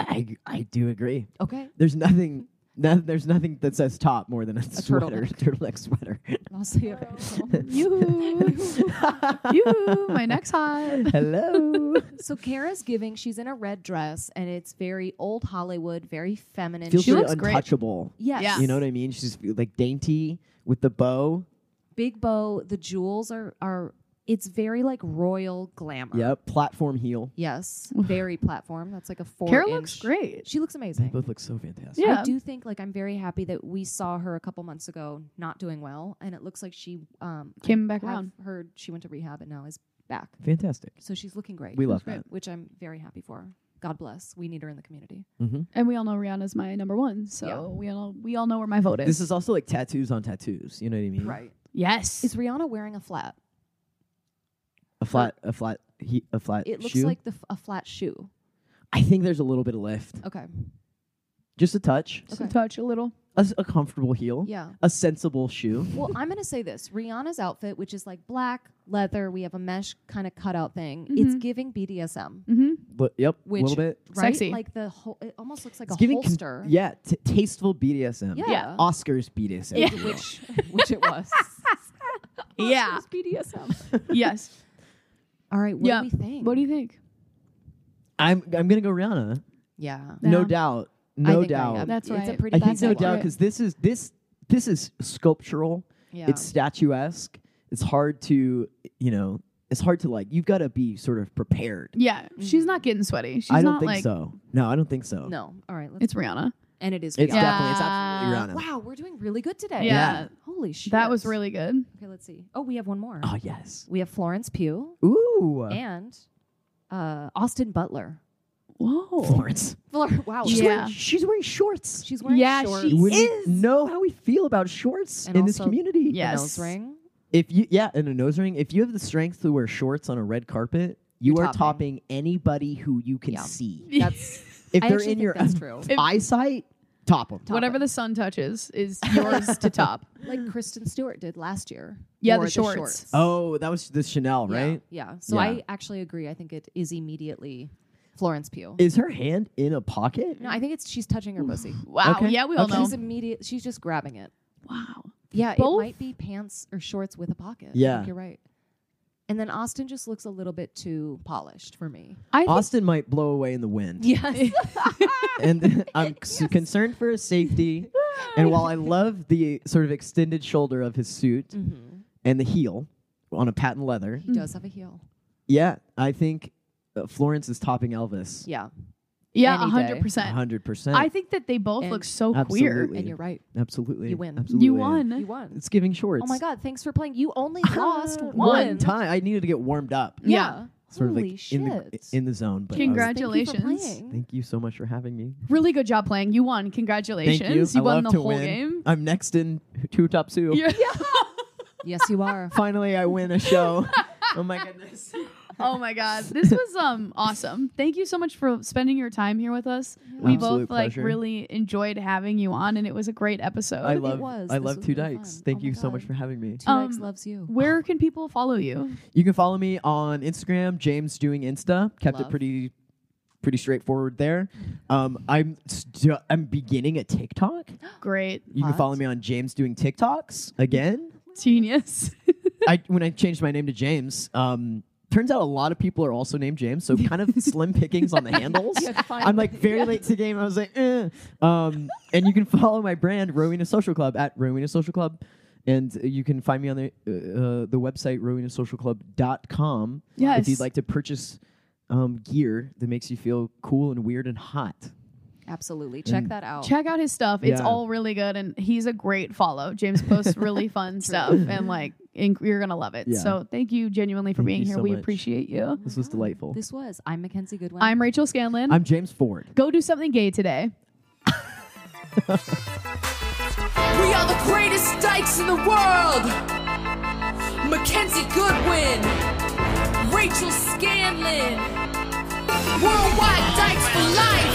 S4: I I do agree.
S2: Okay,
S4: There's nothing No, there's nothing that says top more than a, sweater,
S2: turtleneck.
S4: turtleneck sweater.
S2: Mostly okay.
S3: Yoo-hoo. Yoo-hoo, my neck's hot.
S4: Hello.
S2: So Kara's giving. She's in a red dress, and it's very old Hollywood, very feminine.
S4: Feels
S3: She
S4: very
S3: looks great.
S4: untouchable.
S2: yes.
S3: Yeah.
S4: You know what I mean? She's like dainty with the bow.
S2: Big bow. The jewels are are. It's very like royal glamour.
S4: Yep. Platform heel.
S2: Yes. Very platform. That's like a four.
S3: Kara
S2: inch-
S3: looks great.
S2: She looks
S4: They
S2: amazing.
S4: both look so fantastic.
S3: Yeah.
S2: I do think like I'm very happy that we saw her a couple months ago not doing well, and it looks like she um I
S3: Came back
S2: have
S3: around.
S2: Heard she went to rehab and now is back.
S4: Fantastic.
S2: So she's looking great.
S4: We love
S3: great.
S4: that.
S2: which I'm very happy for. God bless. We need her in the community.
S3: And we all know Rihanna's my number one, so
S2: Yeah.
S3: we all we all know where my vote Oh, is.
S4: This is also like tattoos on tattoos. You know what I mean?
S3: yes.
S2: Is Rihanna wearing a flat?
S4: A flat, a flat, he, a flat
S2: It looks
S4: shoe.
S2: like the f- a flat shoe.
S4: I think there's a little bit of lift,
S2: Okay.
S4: just a touch,
S3: Just a
S2: okay.
S3: touch a little.
S4: a, s- a comfortable heel,
S2: Yeah.
S4: a sensible shoe.
S2: Well, I'm going to say this Rihanna's outfit, which is like black leather, we have a mesh kind of cutout thing. It's
S3: Mhm.
S2: giving BDSM,
S3: Mm-hmm.
S4: But, yep, a
S2: Which-
S4: little bit.
S2: right?
S3: Sexy.
S2: Like the whole, it almost looks like
S4: It's
S2: a
S4: giving con-
S2: holster.
S4: yeah, t- tasteful BDSM.
S2: Yeah.
S3: Yeah.
S4: Oscars BDSM.
S3: Yeah.
S4: if you will.
S2: Which, which it was.
S3: Yeah.
S2: It's BDSM.
S3: yes.
S2: All right. What
S3: Yeah.
S2: do we think?
S3: What do you think?
S4: I'm I'm gonna go Rihanna.
S2: yeah.
S4: No
S3: Yeah.
S4: doubt.
S2: I
S4: No
S2: think
S4: doubt.
S2: Rihanna.
S3: That's
S2: It's a
S3: right.
S2: pretty
S4: I
S2: bad
S4: think no
S2: one.
S4: doubt because this is this this is sculptural.
S2: Yeah.
S4: It's statuesque. It's hard to you know. It's hard to like. You've got to be sort of prepared.
S3: Yeah. She's not getting sweaty. She's
S4: Mm. I don't
S3: not
S4: think
S3: like
S4: so. No, I don't think so.
S2: no. All right. Let's,
S3: it's Rihanna.
S2: and it is
S4: uh, It's
S2: Rihanna.
S3: Yeah.
S4: definitely it's absolutely Rihanna.
S2: Wow. We're doing really good today.
S3: Yeah.
S2: Holy shit.
S3: That was really good.
S2: Okay. Let's see. Oh, we have one more.
S4: Oh yes.
S2: We have Florence Pugh
S4: Ooh.
S2: and uh, Austin Butler.
S3: Whoa.
S4: Florence.
S2: Flor- wow.
S3: She's
S2: yeah.
S3: wearing-
S4: she's wearing shorts.
S2: She's wearing
S3: Yeah,
S2: shorts.
S3: she
S4: You wouldn't
S3: is.
S4: know how we feel about shorts
S2: And
S4: in this
S2: also-
S4: community.
S2: A
S3: Yes.
S2: nose ring.
S4: If you yeah, and a nose ring. If you have the strength to wear shorts on a red carpet, you
S2: You're
S4: are
S2: topping.
S4: topping anybody who you can
S2: Yeah.
S4: see.
S2: That's
S4: If
S2: I
S4: they're
S2: actually
S4: in
S2: think
S4: your
S2: that's true.
S3: If-
S4: eyesight, top them.
S3: Whatever the sun touches is yours to top.
S2: like Kristen Stewart did last year.
S3: Yeah, the
S2: Wore
S3: shorts.
S4: Oh, that was the Chanel,
S2: Yeah,
S4: right?
S2: Yeah. So
S4: Yeah.
S2: I actually agree. I think it is immediately Florence Pugh.
S4: Is her hand in a pocket?
S2: no, I think it's she's touching her pussy.
S3: Wow.
S4: Okay.
S3: Yeah, we all know.
S2: She's immediate. She's just grabbing it.
S3: Wow.
S2: Yeah,
S3: Both-
S2: it might be pants or shorts with a pocket. I
S4: Yeah.
S2: think you're right. And then Austin just looks a little bit too polished for me.
S3: I think
S4: Austin might blow away in the wind,
S2: Yes.
S4: and I'm s concerned for his safety. and while I love the sort of extended shoulder of his suit
S2: Mm. Mm-hmm.
S4: and the heel on a patent leather,
S2: He does have a heel.
S4: yeah, I think uh, Florence is topping Elvis.
S2: Yeah.
S3: yeah,
S2: Any day.
S3: hundred percent.
S4: hundred percent.
S3: I think that they both
S2: And-
S3: look so queer.
S4: Absolutely.
S2: And you're right.
S4: Absolutely.
S2: You win. You
S4: Absolutely.
S3: You
S2: You
S3: won.
S2: won.
S4: It's giving shorts.
S2: Oh my god, thanks for playing. You only lost one.
S4: One time. I needed to get warmed up.
S2: Yeah.
S4: Sort
S2: Holy
S4: of like
S2: shit.
S4: in the in the zone. But I was-
S3: Congrats.
S2: Thank you for
S3: Congratulations.
S2: playing.
S4: thank you so much for having me.
S3: Really good job playing. You won. Congratulations.
S4: Thank you. I
S3: won
S4: love
S3: the
S4: to
S3: whole
S4: win.
S3: game.
S4: I'm next in two top two.
S3: You're-
S2: Yes, you are.
S4: Finally, I win a show. oh my goodness.
S3: oh my god, this was um awesome. Thank you so much for spending your time here with us. We
S4: Absolute
S3: both like
S4: pleasure.
S3: really enjoyed having you on, and it was a great episode.
S4: I love
S2: was.
S4: I
S2: This
S4: love
S2: was
S4: Two
S2: really
S4: Dykes.
S2: fun.
S4: Thank
S2: Oh
S4: you
S2: my
S4: so
S2: God.
S4: much for having me.
S2: Two Legs
S3: Um,
S2: loves you.
S3: Where can people follow you?
S4: You can follow me on Instagram, James Doing Insta. Kept
S2: Love.
S4: it pretty pretty straightforward there. Um, I'm stu- I'm beginning a TikTok.
S3: Great
S4: You can
S2: Hot.
S4: follow me on James Doing TikToks again.
S3: genius.
S4: I when I changed my name to James, um, turns out a lot of people are also named James, so kind of slim pickings on the handles. I'm like very late to the game. I was like, eh. um, and you can follow my brand Rowena Social Club at Rowena Social Club, and you can find me on the uh, uh, the website rowenasocialclub.com.
S3: Yes.
S4: if you'd like to purchase. Um, gear that makes you feel cool and weird and hot. Mm.
S2: Absolutely. Check that out.
S3: Check out his stuff. It's
S4: Yeah.
S3: all really good, and he's a great follow. James posts really fun stuff, and like inc- you're gonna love it.
S4: Yeah.
S3: So thank you genuinely for
S4: Thank
S3: being
S4: you
S3: here.
S4: so
S3: we
S4: much.
S3: appreciate you.
S4: This was delightful.
S2: This was I'm Mackenzie Goodwin.
S3: I'm Rachel Scanlon.
S4: I'm James Ford.
S3: Go do something gay today.
S1: We are the greatest dykes in the world. Mackenzie Goodwin, Rachel Scanlon, Worldwide Dykes for Life.